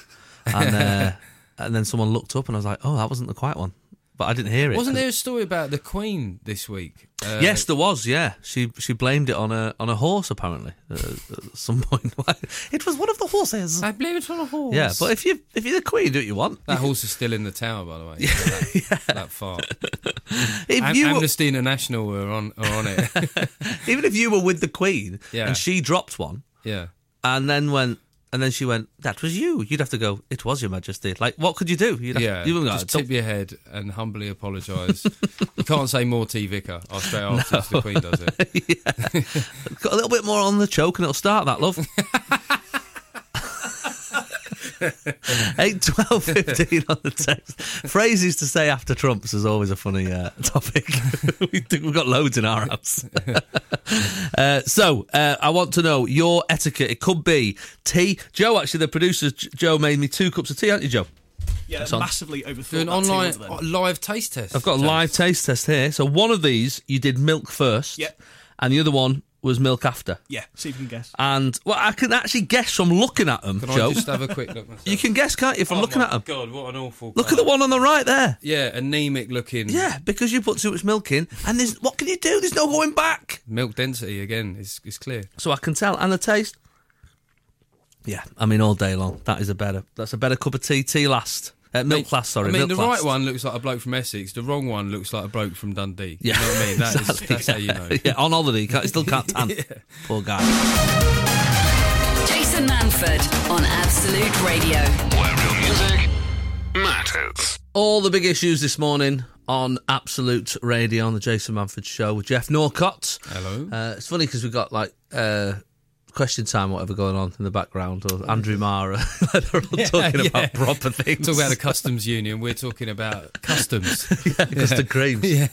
Speaker 3: and uh, and then someone looked up and I was like, oh, that wasn't the quiet one, but I didn't hear it.
Speaker 4: Wasn't there a story about the Queen this week? Uh,
Speaker 3: Yes, there was. Yeah, she she blamed it on a on a horse apparently uh, at some point. it was one of the horses.
Speaker 4: I blame it on a horse.
Speaker 3: Yeah, but if you if you're the queen, do what you want.
Speaker 4: That horse is still in the tower, by the way. that, that fart.
Speaker 3: If
Speaker 4: Am-
Speaker 3: you were-
Speaker 4: Amnesty International were on are on it.
Speaker 3: even if you were with the queen
Speaker 4: Yeah.
Speaker 3: and she dropped one,
Speaker 4: yeah.
Speaker 3: and then went, And then she went, "That was you." You'd have to go. It was your Majesty. Like, what could you do? You'd have
Speaker 4: Yeah,
Speaker 3: to, you wouldn't go,
Speaker 4: just
Speaker 3: "Don't-
Speaker 4: tip your head and humbly apologise. you can't say more T Vicar. I'll stay after if the Queen does it.
Speaker 3: Got a little bit more on the choke and it'll start that, love. 8, 12, 15 on the text. Phrases to say after Trump's is always a funny uh, topic. we do, we've got loads in our house. uh, so, uh, I want to know your etiquette. It could be tea. Joe, actually, the producer, J- Joe, made me two cups of tea, aren't you, Joe?
Speaker 6: Yeah,
Speaker 3: on.
Speaker 6: massively overthought.
Speaker 4: Do an
Speaker 6: that
Speaker 4: online
Speaker 6: too, wasn't it?
Speaker 4: uh, live taste test.
Speaker 3: I've got a live taste test here. So, one of these, you did milk first.
Speaker 6: Yep.
Speaker 3: And the other one was milk after.
Speaker 6: yeah, see if you can guess.
Speaker 3: And well, I can actually guess from looking at them,
Speaker 4: Can
Speaker 3: Joe.
Speaker 4: I just have a quick look myself?
Speaker 3: You can guess, can't you, from
Speaker 4: Oh
Speaker 3: looking
Speaker 4: my
Speaker 3: at them?
Speaker 4: God, what an awful.
Speaker 3: Look at the one on the right there.
Speaker 4: Yeah, anemic looking.
Speaker 3: Yeah, because you put too much milk in, and there's what can you do? There's no going back.
Speaker 4: Milk density again is, is clear.
Speaker 3: So I can tell, and the taste. Yeah, I mean all day long. That is a better. That's a better cup of tea. Tea last. Uh, milk last. Sorry,
Speaker 4: I mean,
Speaker 3: milk
Speaker 4: the
Speaker 3: last.
Speaker 4: right one looks like a bloke from Essex. The wrong one looks like a bloke from Dundee.
Speaker 3: Yeah,
Speaker 4: You know what I mean? That is-
Speaker 3: exactly,
Speaker 4: that's
Speaker 3: yeah.
Speaker 4: how you know.
Speaker 3: Yeah, on holiday, you can't, still can't tan. Poor guy.
Speaker 2: Jason Manford on Absolute Radio.
Speaker 1: Where real music matters.
Speaker 3: All the big issues this morning on Absolute Radio on the Jason Manford Show with Jeff Norcott.
Speaker 4: Hello.
Speaker 3: Uh, it's funny because we've got like uh, question time, whatever going on in the background, or Andrew Mara. They're all talking
Speaker 4: yeah.
Speaker 3: about proper things.
Speaker 4: Talk about a customs union. We're talking about customs.
Speaker 3: custard creams.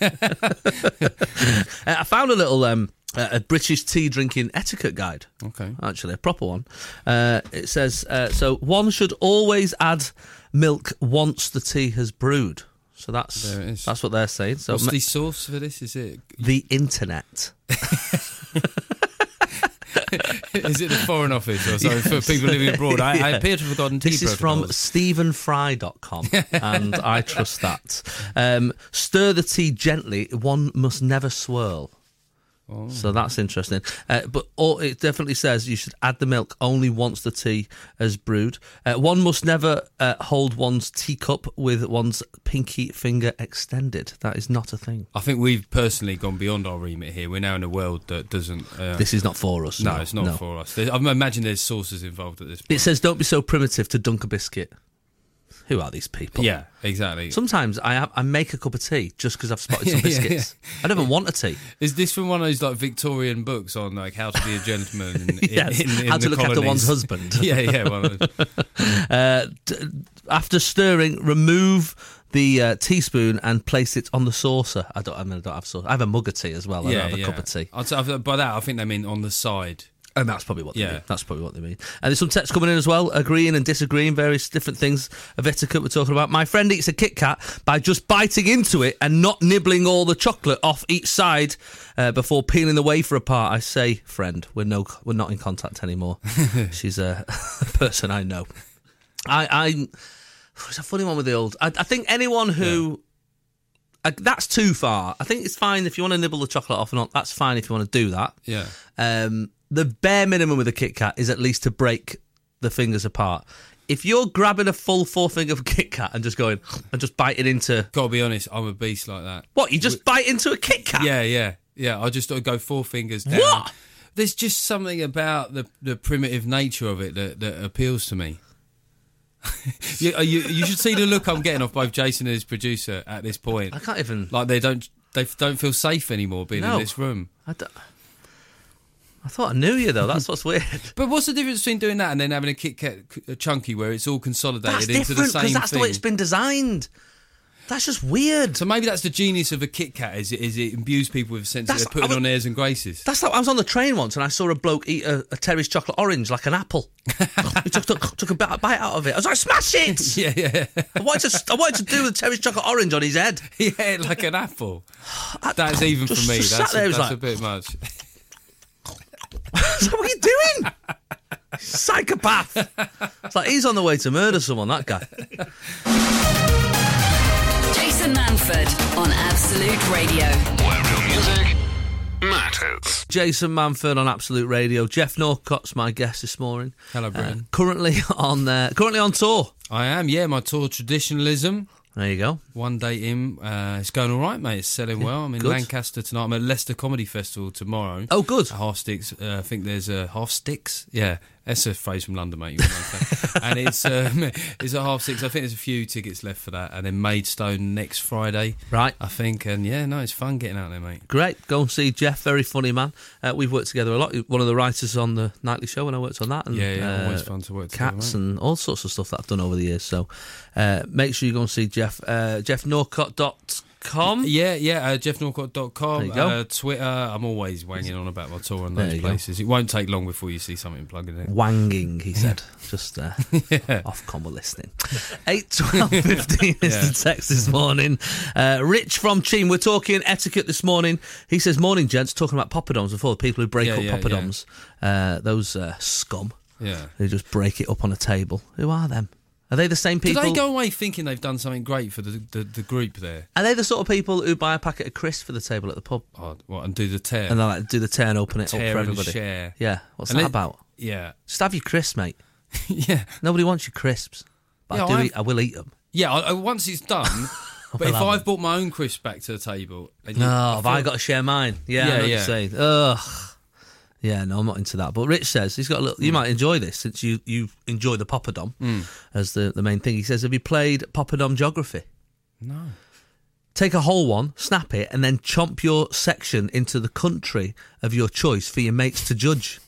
Speaker 3: Uh, I found a little um, uh, a British tea drinking etiquette guide.
Speaker 4: Okay.
Speaker 3: Actually, a proper one. Uh, it says uh, so one should always add milk once the tea has brewed. So that's
Speaker 4: There it is.
Speaker 3: that's what they're saying. So
Speaker 4: What's
Speaker 3: ma-
Speaker 4: the source for this? Is it
Speaker 3: the internet.
Speaker 4: is it the Foreign Office or something for people living abroad? I, I appear to have forgotten tea
Speaker 3: This is from
Speaker 4: protocols.
Speaker 3: stephenfry.com, and I trust that. Um, stir the tea gently. One must never swirl.
Speaker 4: Oh.
Speaker 3: So that's interesting. Uh, but all, it definitely says you should add the milk only once the tea has brewed. Uh, one must never uh, hold one's teacup with one's pinky finger extended. That is not a thing.
Speaker 4: I think we've personally gone beyond our remit here. We're now in a world that doesn't. Uh,
Speaker 3: This is not for us.
Speaker 4: no, it's not for us. There, I imagine there's sources involved at this point.
Speaker 3: It says don't be so primitive to dunk a biscuit. Who are these people?
Speaker 4: yeah, exactly.
Speaker 3: Sometimes I have, I make a cup of tea just because I've spotted some
Speaker 4: Yeah, yeah,
Speaker 3: biscuits. I don't even want a tea.
Speaker 4: Is this from one of those like Victorian books on like how to be a gentleman? In,
Speaker 3: Yes,
Speaker 4: in, in,
Speaker 3: how
Speaker 4: the
Speaker 3: to look after
Speaker 4: colonies?
Speaker 3: one's husband.
Speaker 4: yeah, yeah. One of those.
Speaker 3: Uh, d- after stirring, remove the uh, teaspoon and place it on the saucer. I don't. I mean, I don't have saucer. I have a mug of tea as well. I
Speaker 4: yeah,
Speaker 3: don't have a
Speaker 4: yeah.
Speaker 3: cup of tea.
Speaker 4: I'd say- I think by that, I think they mean on the side.
Speaker 3: And that's probably what they
Speaker 4: Yeah.
Speaker 3: mean. That's probably what they mean. And there's some text coming in as well, agreeing and disagreeing, various different things of etiquette we're talking about. My friend eats a Kit Kat by just biting into it and not nibbling all the chocolate off each side uh, before peeling the wafer apart. I say, friend, we're no, we're not in contact anymore. She's a person I know. I, I, it's a funny one with the old. I, I think anyone who. I, that's too far. I think it's fine if you want to nibble the chocolate off and on. That's fine if you want to do that.
Speaker 4: Yeah.
Speaker 3: Um, the bare minimum with a Kit Kat is at least to break the fingers apart. If you're grabbing a full forefinger of Kit Kat and just going and just biting into
Speaker 4: Gotta be honest, I'm a beast like that.
Speaker 3: what you just bite into a Kit Kat,
Speaker 4: Yeah, yeah, yeah. I just go four fingers down.
Speaker 3: Ah. What?
Speaker 4: There's just something about the, the primitive nature of it that, that appeals to me. you, you, you should see the look I'm getting off both Jason and his producer at this point.
Speaker 3: I can't even.
Speaker 4: Like they don't they don't feel safe anymore being
Speaker 3: No.
Speaker 4: in this room.
Speaker 3: I, don't- I thought I knew you though. That's what's weird.
Speaker 4: But what's the difference between doing that and then having a Kit Kat c- chunky where it's all consolidated
Speaker 3: That's
Speaker 4: into
Speaker 3: different
Speaker 4: the
Speaker 3: because
Speaker 4: same
Speaker 3: that's
Speaker 4: thing?
Speaker 3: the way it's been designed. That's just weird.
Speaker 4: so maybe that's the genius of a Kit Kat is it, is it imbues people with a sense
Speaker 3: That's-
Speaker 4: that they're
Speaker 3: I
Speaker 4: putting
Speaker 3: was-
Speaker 4: on airs and graces.
Speaker 3: That's like I was on the train once and I saw a bloke eat a, a Terry's chocolate orange like an apple. he took, took, took a bit- a bite out of it. I was like, smash it!
Speaker 4: yeah, yeah,
Speaker 3: I wanted to, I wanted to do the Terry's chocolate orange on his head.
Speaker 4: yeah, like an apple. That's even for
Speaker 3: Just-
Speaker 4: me.
Speaker 3: just
Speaker 4: That's,
Speaker 3: sat there,
Speaker 4: a,
Speaker 3: was
Speaker 4: that's
Speaker 3: like-
Speaker 4: a bit much.
Speaker 3: It's like, what are you doing? Psychopath. It's like he's on the way to murder someone, that guy.
Speaker 2: Jason Manford on Absolute Radio.
Speaker 1: Where real music matters.
Speaker 3: Jason Manford on Absolute Radio. Jeff Norcott's my guest this morning. Uh,
Speaker 4: Hello, Brian.
Speaker 3: Currently on uh, currently on tour.
Speaker 4: I am, yeah. My tour, Traditionalism,
Speaker 3: There you go.
Speaker 4: one day in. Uh, it's going all right, mate. It's selling well. I'm in
Speaker 3: good.
Speaker 4: Lancaster tonight. I'm at Leicester Comedy Festival tomorrow.
Speaker 3: Oh, good.
Speaker 4: Half Sticks. Uh, I think there's a Half Sticks. Yeah. That's a phrase from London, mate. You wouldn't understand. and it's um, it's at half six. I think there's a few tickets left for that, and then Maidstone next Friday,
Speaker 3: Right.
Speaker 4: I think. And yeah, no, it's fun getting out there, mate.
Speaker 3: Great. Go and see Jeff. Very funny man. Uh, we've worked together a lot. He- One of the writers on the Nightly Show when I worked on that. And,
Speaker 4: Yeah, yeah,
Speaker 3: uh,
Speaker 4: always fun to work together,
Speaker 3: Cats
Speaker 4: mate.
Speaker 3: and all sorts of stuff that I've done over the years. So uh, make sure you go and see Jeff. Uh, JeffNorcott.com.
Speaker 4: Yeah, yeah, uh, jeffnorcott.com,
Speaker 3: There you go.
Speaker 4: Uh, Twitter. I'm always wanging on about my tour on
Speaker 3: There
Speaker 4: those
Speaker 3: you go.
Speaker 4: places. It won't take long before you see something plugged in.
Speaker 3: Wanging, he said. Just uh, off comma listening. 8, 12, 15 is
Speaker 4: Yeah.
Speaker 3: the text this morning. Uh, Rich from Team, we're talking etiquette this morning. He says, Morning, gents. Talking about poppadoms before, the people who break
Speaker 4: Yeah,
Speaker 3: up
Speaker 4: yeah, yeah.
Speaker 3: poppadoms. Uh, those uh, scum
Speaker 4: Yeah.
Speaker 3: who just break it up on a table. Who are them? Are they the same people?
Speaker 4: Do they go away thinking they've done something great for the, the, the group there?
Speaker 3: Are they the sort of people who buy a packet of crisps for the table at the pub
Speaker 4: Oh, what, and do the tear?
Speaker 3: and they like do the tear and open it up
Speaker 4: Tear
Speaker 3: for
Speaker 4: and
Speaker 3: everybody?
Speaker 4: share.
Speaker 3: Yeah, what's
Speaker 4: And
Speaker 3: that
Speaker 4: they-
Speaker 3: about?
Speaker 4: yeah.
Speaker 3: Just have your crisps, mate.
Speaker 4: yeah.
Speaker 3: Nobody wants your crisps, but
Speaker 4: Yeah,
Speaker 3: I do.
Speaker 4: I've-
Speaker 3: Eat, I will eat them.
Speaker 4: Yeah, I, I, once it's done. but if
Speaker 3: have
Speaker 4: I've brought my own crisps back to the table. And you-
Speaker 3: No, have I
Speaker 4: feel-
Speaker 3: got to share mine? Yeah, I
Speaker 4: Yeah,
Speaker 3: know
Speaker 4: yeah.
Speaker 3: What you're saying. Ugh. Yeah, no, I'm not into that. But Rich says he's got a
Speaker 4: Hmm.
Speaker 3: little. You might enjoy this since you you enjoy the poppadom as the the main thing. He says, "Have you played poppadom geography?"
Speaker 4: No.
Speaker 3: Take a whole one, snap it, and then chomp your section into the country of your choice for your mates to judge.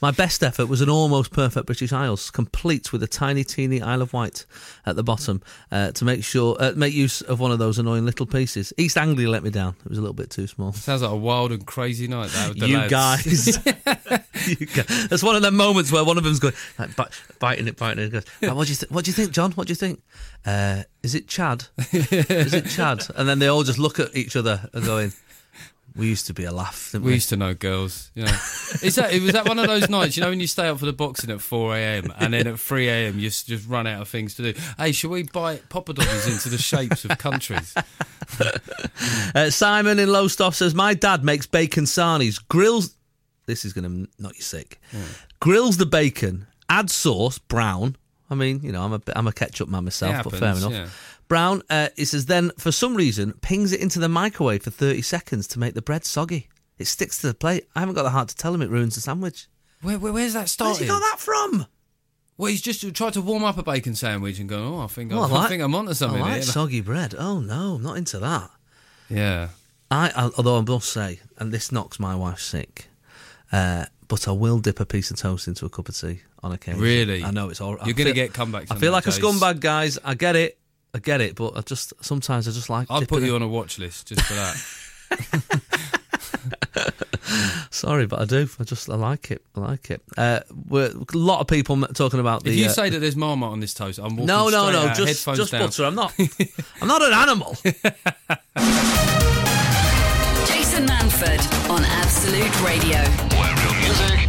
Speaker 3: My best effort was an almost perfect British Isles, complete with a tiny, teeny Isle of Wight at the bottom uh, to make sure uh, make use of one of those annoying little pieces. East Anglia let me down; it was a little bit too small.
Speaker 4: Sounds like a wild and crazy night. That with the
Speaker 3: You
Speaker 4: lads.
Speaker 3: guys. you guys, that's one of them moments where one of them's going like bi- biting it, biting it. Goes, "Oh, what do you th- what do you think, John? What do you think? Uh, is it Chad? is it Chad? And then they all just look at each other and going, "We used to be a laugh, didn't we?"
Speaker 4: We used to know girls. You know. Is that was that one of those nights? You know when you stay up for the boxing at four a.m. and then at three a.m. you s- just run out of things to do. Hey, should we bite poppadoms into the shapes of countries?
Speaker 3: uh, Simon in Lowestoft says, "My dad makes bacon sarnies, grills. This is going to knock you sick.
Speaker 4: Hmm.
Speaker 3: Grills the bacon, adds sauce, brown. I mean, you know, I'm a I'm a ketchup man myself,
Speaker 4: It
Speaker 3: but fair
Speaker 4: happens,
Speaker 3: enough."
Speaker 4: yeah.
Speaker 3: Brown, uh, he says, then for some reason pings it into the microwave for 30 seconds to make the bread soggy. It sticks to the plate. I haven't got the heart to tell him it ruins the sandwich.
Speaker 4: Where, where, where's that
Speaker 3: Where's he
Speaker 4: starting?
Speaker 3: got that from?
Speaker 4: Well, he's just tried to warm up a bacon sandwich and going, oh, I think,
Speaker 3: Oh,
Speaker 4: I, think I'm onto something
Speaker 3: I like
Speaker 4: here.
Speaker 3: soggy bread. Oh no, I'm not into that.
Speaker 4: Yeah.
Speaker 3: I, I although I must say, and this knocks my wife sick, uh, but I will dip a piece of toast into a cup of tea on occasion.
Speaker 4: Really?
Speaker 3: I know it's all. I
Speaker 4: You're gonna
Speaker 3: feel-
Speaker 4: get comebacks
Speaker 3: I
Speaker 4: on
Speaker 3: feel like
Speaker 4: that,
Speaker 3: a
Speaker 4: Jase.
Speaker 3: scumbag, guys. I get it. I get it, but I just sometimes I just like.
Speaker 4: I'll
Speaker 3: dipping
Speaker 4: put
Speaker 3: it-
Speaker 4: you on a watch list just for that.
Speaker 3: Sorry, but I do. I just I like it. I like it. Uh, we're, a lot of people m- talking about the.
Speaker 4: if you
Speaker 3: uh,
Speaker 4: say that there's marmot on this toast, I'm walking
Speaker 3: no, no,
Speaker 4: straight
Speaker 3: no,
Speaker 4: out,
Speaker 3: just
Speaker 4: headphones
Speaker 3: just
Speaker 4: down.
Speaker 3: butter. I'm not. I'm not an animal.
Speaker 2: Jason Manford on Absolute Radio.
Speaker 1: Where real music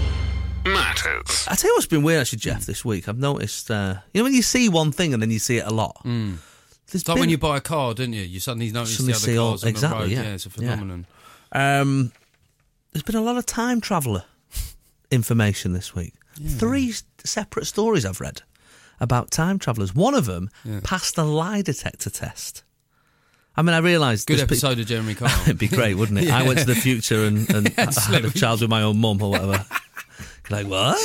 Speaker 1: matters.
Speaker 3: I tell you what's been weird actually, Jeff. This week I've noticed. Uh, you know when you see one thing and then you see it a lot. There's
Speaker 4: Hmm. It's like
Speaker 3: been-
Speaker 4: when you buy a car, don't you? You suddenly notice
Speaker 3: Suddenly
Speaker 4: the other
Speaker 3: see all-
Speaker 4: cars on
Speaker 3: exactly,
Speaker 4: the road.
Speaker 3: yeah.
Speaker 4: it's a
Speaker 3: Yeah.
Speaker 4: phenomenon.
Speaker 3: Um, there's been a lot of time traveller information this week. Three s- separate stories I've read about time travellers. One of them passed a lie detector test. I mean, I realised
Speaker 4: Good
Speaker 3: there's pe-
Speaker 4: episode of Jeremy Kyle.
Speaker 3: It'd be great, wouldn't it? I went to the future and, and I had a child with my own mum or whatever. like what?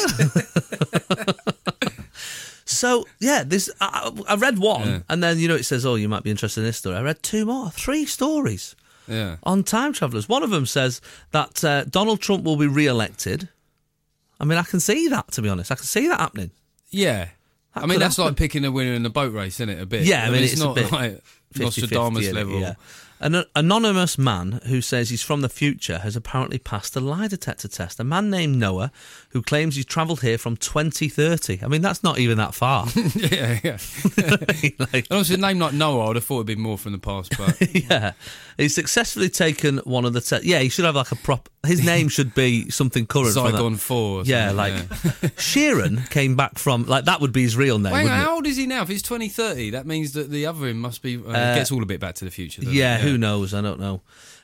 Speaker 3: so yeah, this I, I I read one, and then you know it says, "Oh, you might be interested in this story." I read two more, three stories
Speaker 4: yeah.
Speaker 3: on time travelers. One of them says that uh, Donald Trump will be re-elected. I mean, I can see that. To be honest, I can see that happening.
Speaker 4: Yeah. I mean,
Speaker 3: could
Speaker 4: that's
Speaker 3: happen.
Speaker 4: like picking a winner in the boat race, isn't it? A bit.
Speaker 3: Yeah, I mean,
Speaker 4: it's,
Speaker 3: it's a
Speaker 4: not
Speaker 3: bit
Speaker 4: like
Speaker 3: 50-50,
Speaker 4: Nostradamus
Speaker 3: innit?
Speaker 4: level.
Speaker 3: Yeah. An anonymous man who says he's from the future has apparently passed a lie detector test. A man named Noah who claims he's travelled here from 2030. I mean, that's not even that far.
Speaker 4: yeah, yeah.
Speaker 3: Like,
Speaker 4: And obviously, a name like Noah, I'd have thought it'd be more from the past, but
Speaker 3: yeah. He's successfully taken one of the tests. Yeah, he should have like a prop. His name should be something current. from that.
Speaker 4: Zygon 4. Or
Speaker 3: Yeah,
Speaker 4: something,
Speaker 3: like Sheeran came back from, like, that would be his real name,
Speaker 4: Hang on,
Speaker 3: wouldn't it?
Speaker 4: how old is he now? If he's 2030, that means that the other him must be. Uh, it gets all a bit back to the future. doesn't
Speaker 3: Yeah,
Speaker 4: it?
Speaker 3: who knows? I don't know.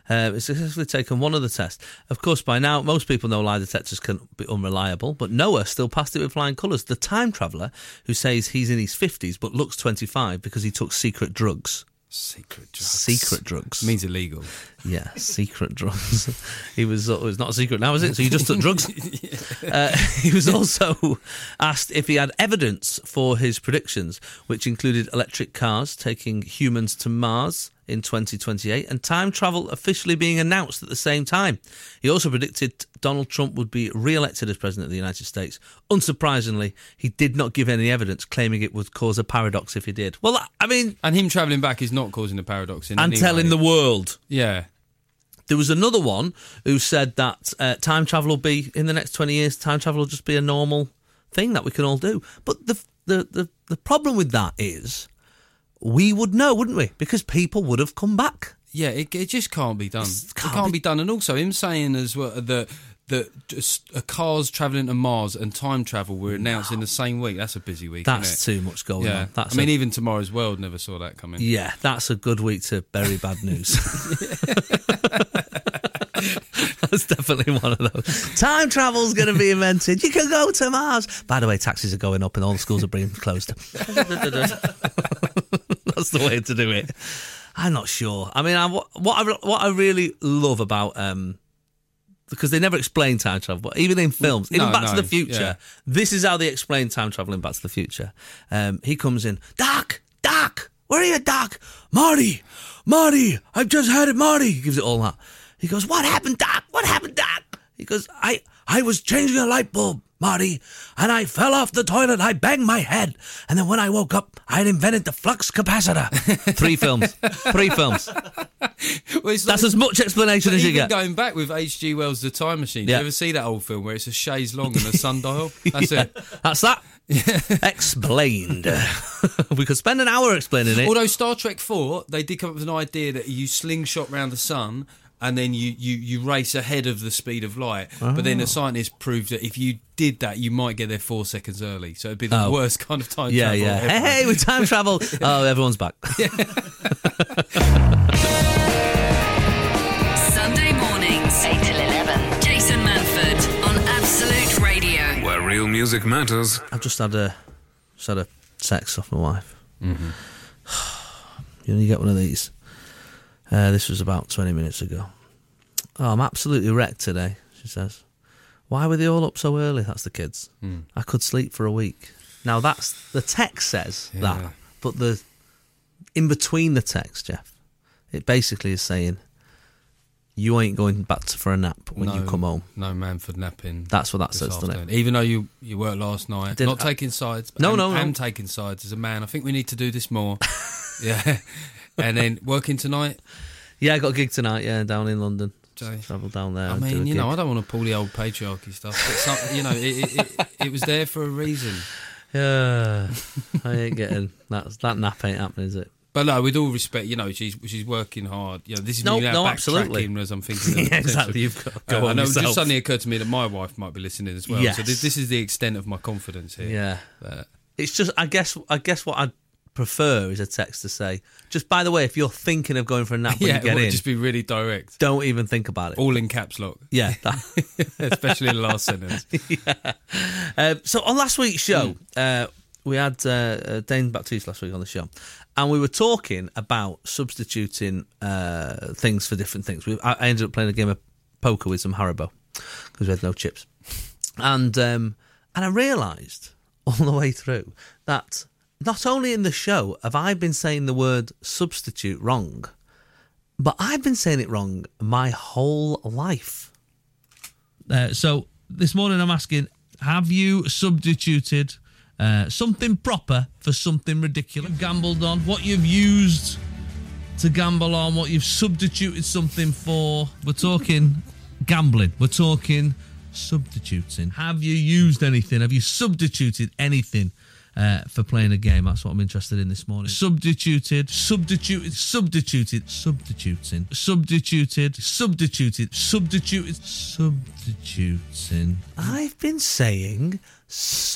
Speaker 3: Uh, it's successfully taken one of the tests. Of course, by now, most people know lie detectors can be unreliable, but Noah still passed it with flying colours. The time traveller, who says he's in his 50s but looks 25 because he took secret drugs.
Speaker 4: Secret drugs.
Speaker 3: Secret drugs.
Speaker 4: Means illegal.
Speaker 3: Yeah, secret drugs. he was uh, it's not secret now, is it? So you just took drugs. uh, he was also asked if he had evidence for his predictions, which included electric cars taking humans to Mars in 2028 and time travel officially being announced at the same time. He also predicted Donald Trump would be re-elected as president of the United States. Unsurprisingly, he did not give any evidence, claiming it would cause a paradox if he did. Well, I mean,
Speaker 4: And him travelling back is not causing a paradox in
Speaker 3: and
Speaker 4: any
Speaker 3: telling
Speaker 4: way.
Speaker 3: the world.
Speaker 4: Yeah.
Speaker 3: There was another one who said that uh, time travel will be in the next twenty years. Time travel will just be a normal thing that we can all do. But the the the, the problem with that is we would know, wouldn't we? Because people would have come back.
Speaker 4: Yeah, it, it just can't be done. It
Speaker 3: can't
Speaker 4: can't,
Speaker 3: be-
Speaker 4: be done. And also, him saying as well that that just a cars travelling to Mars and time travel were announced in the same week. That's a busy week.
Speaker 3: That's
Speaker 4: isn't it?
Speaker 3: too much going
Speaker 4: Yeah,
Speaker 3: on. That's
Speaker 4: I mean,
Speaker 3: a,
Speaker 4: even Tomorrow's World never saw that coming.
Speaker 3: yeah, that's a good week to bury bad news. That's definitely one of those. Time travel's going to be invented. You can go to Mars. By the way, taxis are going up and all the schools are being closed. That's the way to do it. I'm not sure. I mean, I, what I what I really love about um, because they never explain time travel, but even in films, even
Speaker 4: No,
Speaker 3: Back to
Speaker 4: no,
Speaker 3: the Future,
Speaker 4: yeah.
Speaker 3: this is how they explain time travel in Back to the Future. Um, he comes in, Doc, Doc, where are you, Doc? Marty, Marty, I've just had it, Marty. He gives it all that. He goes, What happened, Doc? What happened, Doc? He goes, I, I was changing a light bulb, Marty, and I fell off the toilet. I banged my head. And then when I woke up, I had invented the flux capacitor. Three films. Three films.
Speaker 4: Well, it's
Speaker 3: That's
Speaker 4: like-
Speaker 3: as much explanation as you
Speaker 4: even
Speaker 3: get.
Speaker 4: going back with H.G. Wells' The Time Machine.
Speaker 3: Yeah.
Speaker 4: Did you ever see that old film where it's a chaise long and a sundial? That's
Speaker 3: Yeah,
Speaker 4: it.
Speaker 3: That's that. Explained. we could spend an hour explaining it.
Speaker 4: Although Star Trek Four, they did come up with an idea that you slingshot round the sun and then you, you, you race ahead of the speed of light. But
Speaker 3: Ah.
Speaker 4: then the scientists proved that if you did that, you might get there four seconds early. So it'd be the
Speaker 3: Oh.
Speaker 4: worst kind of time
Speaker 3: yeah,
Speaker 4: travel.
Speaker 3: yeah.
Speaker 4: ever.
Speaker 3: Hey, hey, with time travel. oh, everyone's back.
Speaker 2: Sunday mornings, 8 till 11. Jason Manford on Absolute Radio.
Speaker 1: Where real music matters.
Speaker 3: I've just had a just had a text off my wife.
Speaker 4: Mm-hmm.
Speaker 3: you know, you get one of these. Uh, this was about twenty minutes ago. Oh, I'm absolutely wrecked today. She says, "Why were they all up so early?" That's the kids.
Speaker 4: Hmm.
Speaker 3: I could sleep for a week. Now that's the text says
Speaker 4: Yeah.
Speaker 3: that, but the in between the text, Jeff, it basically is saying you ain't going back to, for a nap when you
Speaker 4: No-
Speaker 3: come home.
Speaker 4: No man for napping.
Speaker 3: That's what that
Speaker 4: this
Speaker 3: says, doesn't it?
Speaker 4: afternoon. Even though you, you worked last night,
Speaker 3: didn't-
Speaker 4: not taking sides. but
Speaker 3: No,
Speaker 4: I'm,
Speaker 3: no, no.
Speaker 4: I'm taking sides as a man. I think we need to do this more. yeah, and then working tonight.
Speaker 3: Yeah, I got a gig tonight. Yeah, down in London.
Speaker 4: Jay.
Speaker 3: Travel down there.
Speaker 4: I
Speaker 3: and do
Speaker 4: mean,
Speaker 3: a
Speaker 4: you know,
Speaker 3: gig.
Speaker 4: I don't want to pull the old patriarchy stuff, but some, you know, it, it, it, it was there for a reason.
Speaker 3: Yeah, I ain't getting that. That nap ain't happening, is it?
Speaker 4: But no, with all respect, you know, she's she's working hard. You know, this is
Speaker 3: No,
Speaker 4: me now
Speaker 3: no,
Speaker 4: backtracking
Speaker 3: absolutely.
Speaker 4: as I'm thinking. of
Speaker 3: Yeah,
Speaker 4: the potential.
Speaker 3: exactly, you've got to go
Speaker 4: I
Speaker 3: on
Speaker 4: know. It
Speaker 3: yourself.
Speaker 4: just suddenly occurred to me that my wife might be listening as well. So
Speaker 3: Yes.
Speaker 4: this, this is the extent of my confidence here.
Speaker 3: Yeah,
Speaker 4: But-
Speaker 3: it's just. I guess. I guess what I'd prefer is a text to say. Just by the way, if you're thinking of going for a nap when
Speaker 4: yeah.
Speaker 3: you
Speaker 4: It
Speaker 3: get
Speaker 4: would
Speaker 3: in,
Speaker 4: just be Oh. really direct,
Speaker 3: don't even think about it.
Speaker 4: all in caps lock,
Speaker 3: Yeah. that-
Speaker 4: especially the last sentence.
Speaker 3: Um, so on last week's show, uh, we had uh, uh, Dane Baptiste last week on the show, and we were talking about substituting uh, things for different things. We, I, I ended up playing a game of poker with some Haribo because we had no chips, and um, and I realised all the way through that not only in the show have I been saying the word substitute wrong, but I've been saying it wrong my whole life. Uh, so this morning I'm asking, have you substituted uh, something proper for something ridiculous? You've gambled on what you've used to gamble on, what you've substituted something for. We're talking gambling. We're talking substituting. Have you used anything? Have you substituted anything? Uh, for playing a game, that's what I'm interested in this morning. Substituted, substituted, substituted, substituting, substituted, substituted, substituted, substituting. I've been saying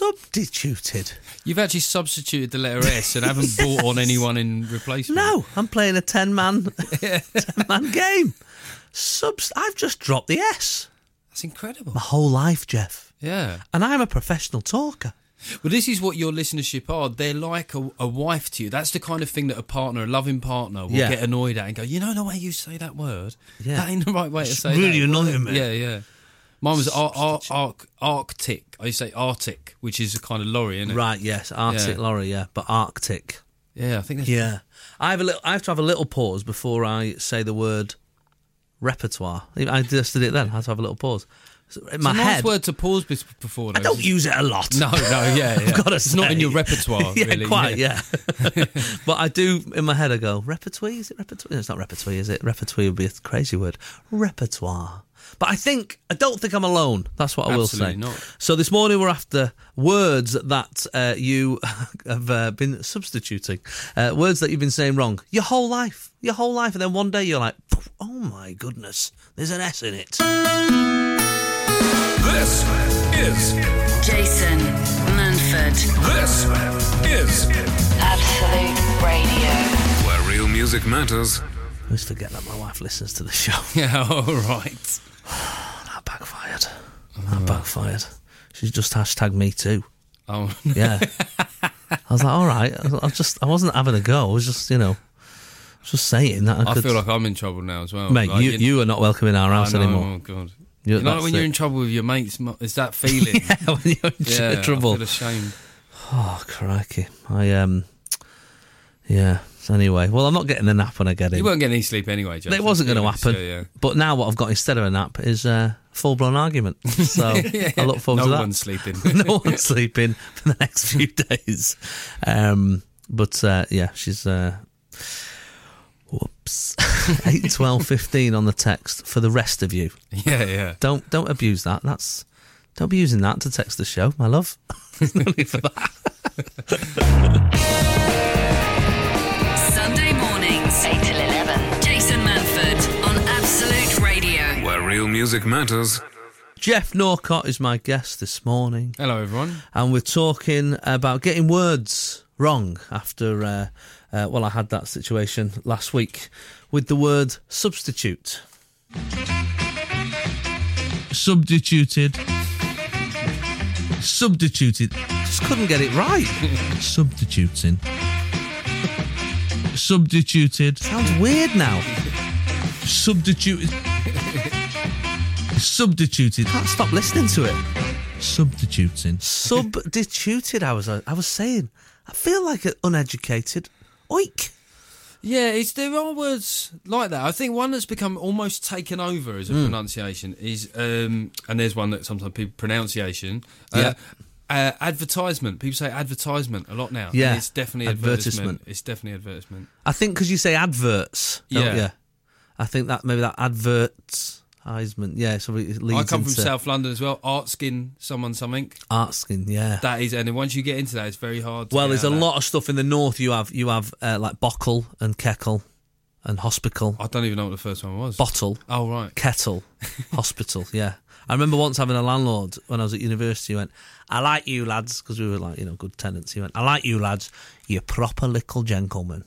Speaker 3: substituted.
Speaker 4: You've actually substituted the letter S and haven't bought on anyone in replacement.
Speaker 3: No, I'm playing a ten man ten man game. Subs I've just dropped the S
Speaker 4: that's incredible.
Speaker 3: my whole life, Jeff.
Speaker 4: Yeah.
Speaker 3: And I'm a professional talker.
Speaker 4: Well, this is what your listenership are. They're like a, a wife to you. That's the kind of thing that a partner, a loving partner, will
Speaker 3: Yeah.
Speaker 4: get annoyed at and go, you know the way you say that word?
Speaker 3: Yeah.
Speaker 4: That ain't the right way to say
Speaker 3: really
Speaker 4: that.
Speaker 3: annoying, man.
Speaker 4: Yeah, yeah. Mine was ar- ar- arc- Arctic. I used to say Arctic, which is a kind of lorry, isn't it?
Speaker 3: Right, yes, Arctic
Speaker 4: Yeah.
Speaker 3: lorry, yeah, but Arctic.
Speaker 4: Yeah, I think that's...
Speaker 3: Yeah, I have a little. I have to have a little pause before I say the word repertoire. I just did it then. I had to have a little pause. So In my
Speaker 4: it's a nice
Speaker 3: head,
Speaker 4: word to pause bes- before. Though.
Speaker 3: I don't use it a lot.
Speaker 4: No, no, yeah, yeah.
Speaker 3: I've got to
Speaker 4: it's not in
Speaker 3: say.
Speaker 4: your repertoire,
Speaker 3: yeah,
Speaker 4: really.
Speaker 3: quite, yeah. but I do in my head. I go repertoire. Is it repertoire? No, it's not repertoire, is it? Repertoire would be a crazy word. Repertoire. But I think I don't think I'm alone. That's what I
Speaker 4: Absolutely
Speaker 3: will say.
Speaker 4: not.
Speaker 3: So this morning we're after words that uh, you have uh, been substituting, uh, words that you've been saying wrong your whole life, your whole life, and then one day you're like, oh my goodness, there's an S in it.
Speaker 1: This is
Speaker 2: Jason Manford,
Speaker 1: this is
Speaker 2: Absolute Radio.
Speaker 1: where real music matters.
Speaker 3: I always forget that my wife listens to the show.
Speaker 4: Yeah, all right.
Speaker 3: That backfired. That backfired. She's just hashtag me too.
Speaker 4: Oh,
Speaker 3: Yeah. I was like, all right. I was- I was just, I wasn't having a go. I was just, you know, just saying that. I,
Speaker 4: I
Speaker 3: could,
Speaker 4: feel like I'm in trouble now as well.
Speaker 3: mate,
Speaker 4: Like,
Speaker 3: you, you are not welcome in our
Speaker 4: I
Speaker 3: house
Speaker 4: know,
Speaker 3: anymore.
Speaker 4: Oh, God.
Speaker 3: You-
Speaker 4: You know
Speaker 3: that's
Speaker 4: when you're
Speaker 3: it.
Speaker 4: in trouble with your mates, mo- it's that feeling.
Speaker 3: Yeah, when you're in
Speaker 4: yeah, I
Speaker 3: trouble.
Speaker 4: feel ashamed.
Speaker 3: Oh crikey! I um, yeah. So anyway, well, I'm not getting a nap when I get in.
Speaker 4: You won't get any sleep anyway, Jason.
Speaker 3: it wasn't going to
Speaker 4: Yeah,
Speaker 3: happen.
Speaker 4: Yeah, yeah.
Speaker 3: But now what I've got instead of a nap is a full blown argument. So I look forward
Speaker 4: no
Speaker 3: to that.
Speaker 4: one's sleeping.
Speaker 3: no one's sleeping for the next few days. Um, but uh, yeah, she's uh, whoops. Eight, twelve, fifteen on the text for the rest of you.
Speaker 4: yeah, yeah.
Speaker 3: Don't don't abuse that. That's don't be using that to text the show, my love. There's no need for that.
Speaker 2: Sunday mornings, 8 till 11. Jason Manford on Absolute Radio.
Speaker 1: Where real music matters.
Speaker 3: Jeff Norcott is my guest this morning,
Speaker 4: Hello, everyone.
Speaker 3: and we're talking about getting words wrong after. Uh, uh, well, I had that situation last week with the word substitute. Substituted. Substituted. Just couldn't get it right. Substituting. Substituted. Sounds weird now. Substituted. Substituted. Can't stop listening to it. Substituting. Substituted. I was. I was saying. I feel like an uneducated oik.
Speaker 4: Yeah, it's, there are words like that. I think one that's become almost taken over as a
Speaker 3: Hmm.
Speaker 4: pronunciation is, um, and there's one that sometimes people pronunciation. Uh, uh, advertisement. People say advertisement a lot now. and
Speaker 3: Yeah.
Speaker 4: it's definitely
Speaker 3: Advertisement.
Speaker 4: advertisement. It's definitely advertisement.
Speaker 3: I think because you say adverts, don't
Speaker 4: Yeah.
Speaker 3: you? I think that maybe that advertisement. Yeah, so it leads
Speaker 4: I come from
Speaker 3: into
Speaker 4: South London as well. Art skin, someone, something.
Speaker 3: art skin. Yeah.
Speaker 4: That is, and then once you get into that, it's very hard. To
Speaker 3: well,
Speaker 4: get
Speaker 3: there's
Speaker 4: out
Speaker 3: a
Speaker 4: of that.
Speaker 3: lot of stuff in the north. You have you have uh, like bockle and keckle, and hospital.
Speaker 4: I don't even know what the first one was.
Speaker 3: Bottle,
Speaker 4: oh right.
Speaker 3: kettle, hospital. Yeah. I remember once having a landlord when I was at university. He went, "I like you lads," because we were like you know good tenants. He went, "I like you lads. You proper little gentleman."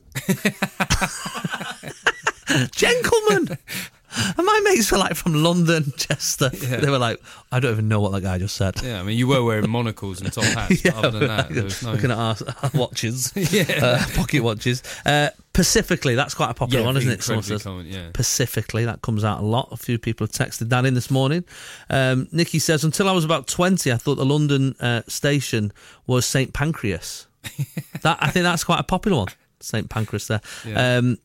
Speaker 3: gentleman. And my mates were like from London, Chester. They were like, I don't even know what that guy just said.
Speaker 4: Yeah, I mean, you were wearing monocles and top hats. but other than that, there was no.
Speaker 3: Looking at our, our watches, uh, pocket watches. Uh, Pacifically, that's quite a popular
Speaker 4: Yeah,
Speaker 3: one, isn't it? Someone
Speaker 4: incredibly
Speaker 3: says.
Speaker 4: common, yeah.
Speaker 3: Pacifically, that comes out a lot. A few people have texted that in this morning. Um, Nikki says, until I was about 20, I thought the London uh, station was St Pancras. that I think that's quite a popular one, St Pancras there.
Speaker 4: Yeah.
Speaker 3: Um,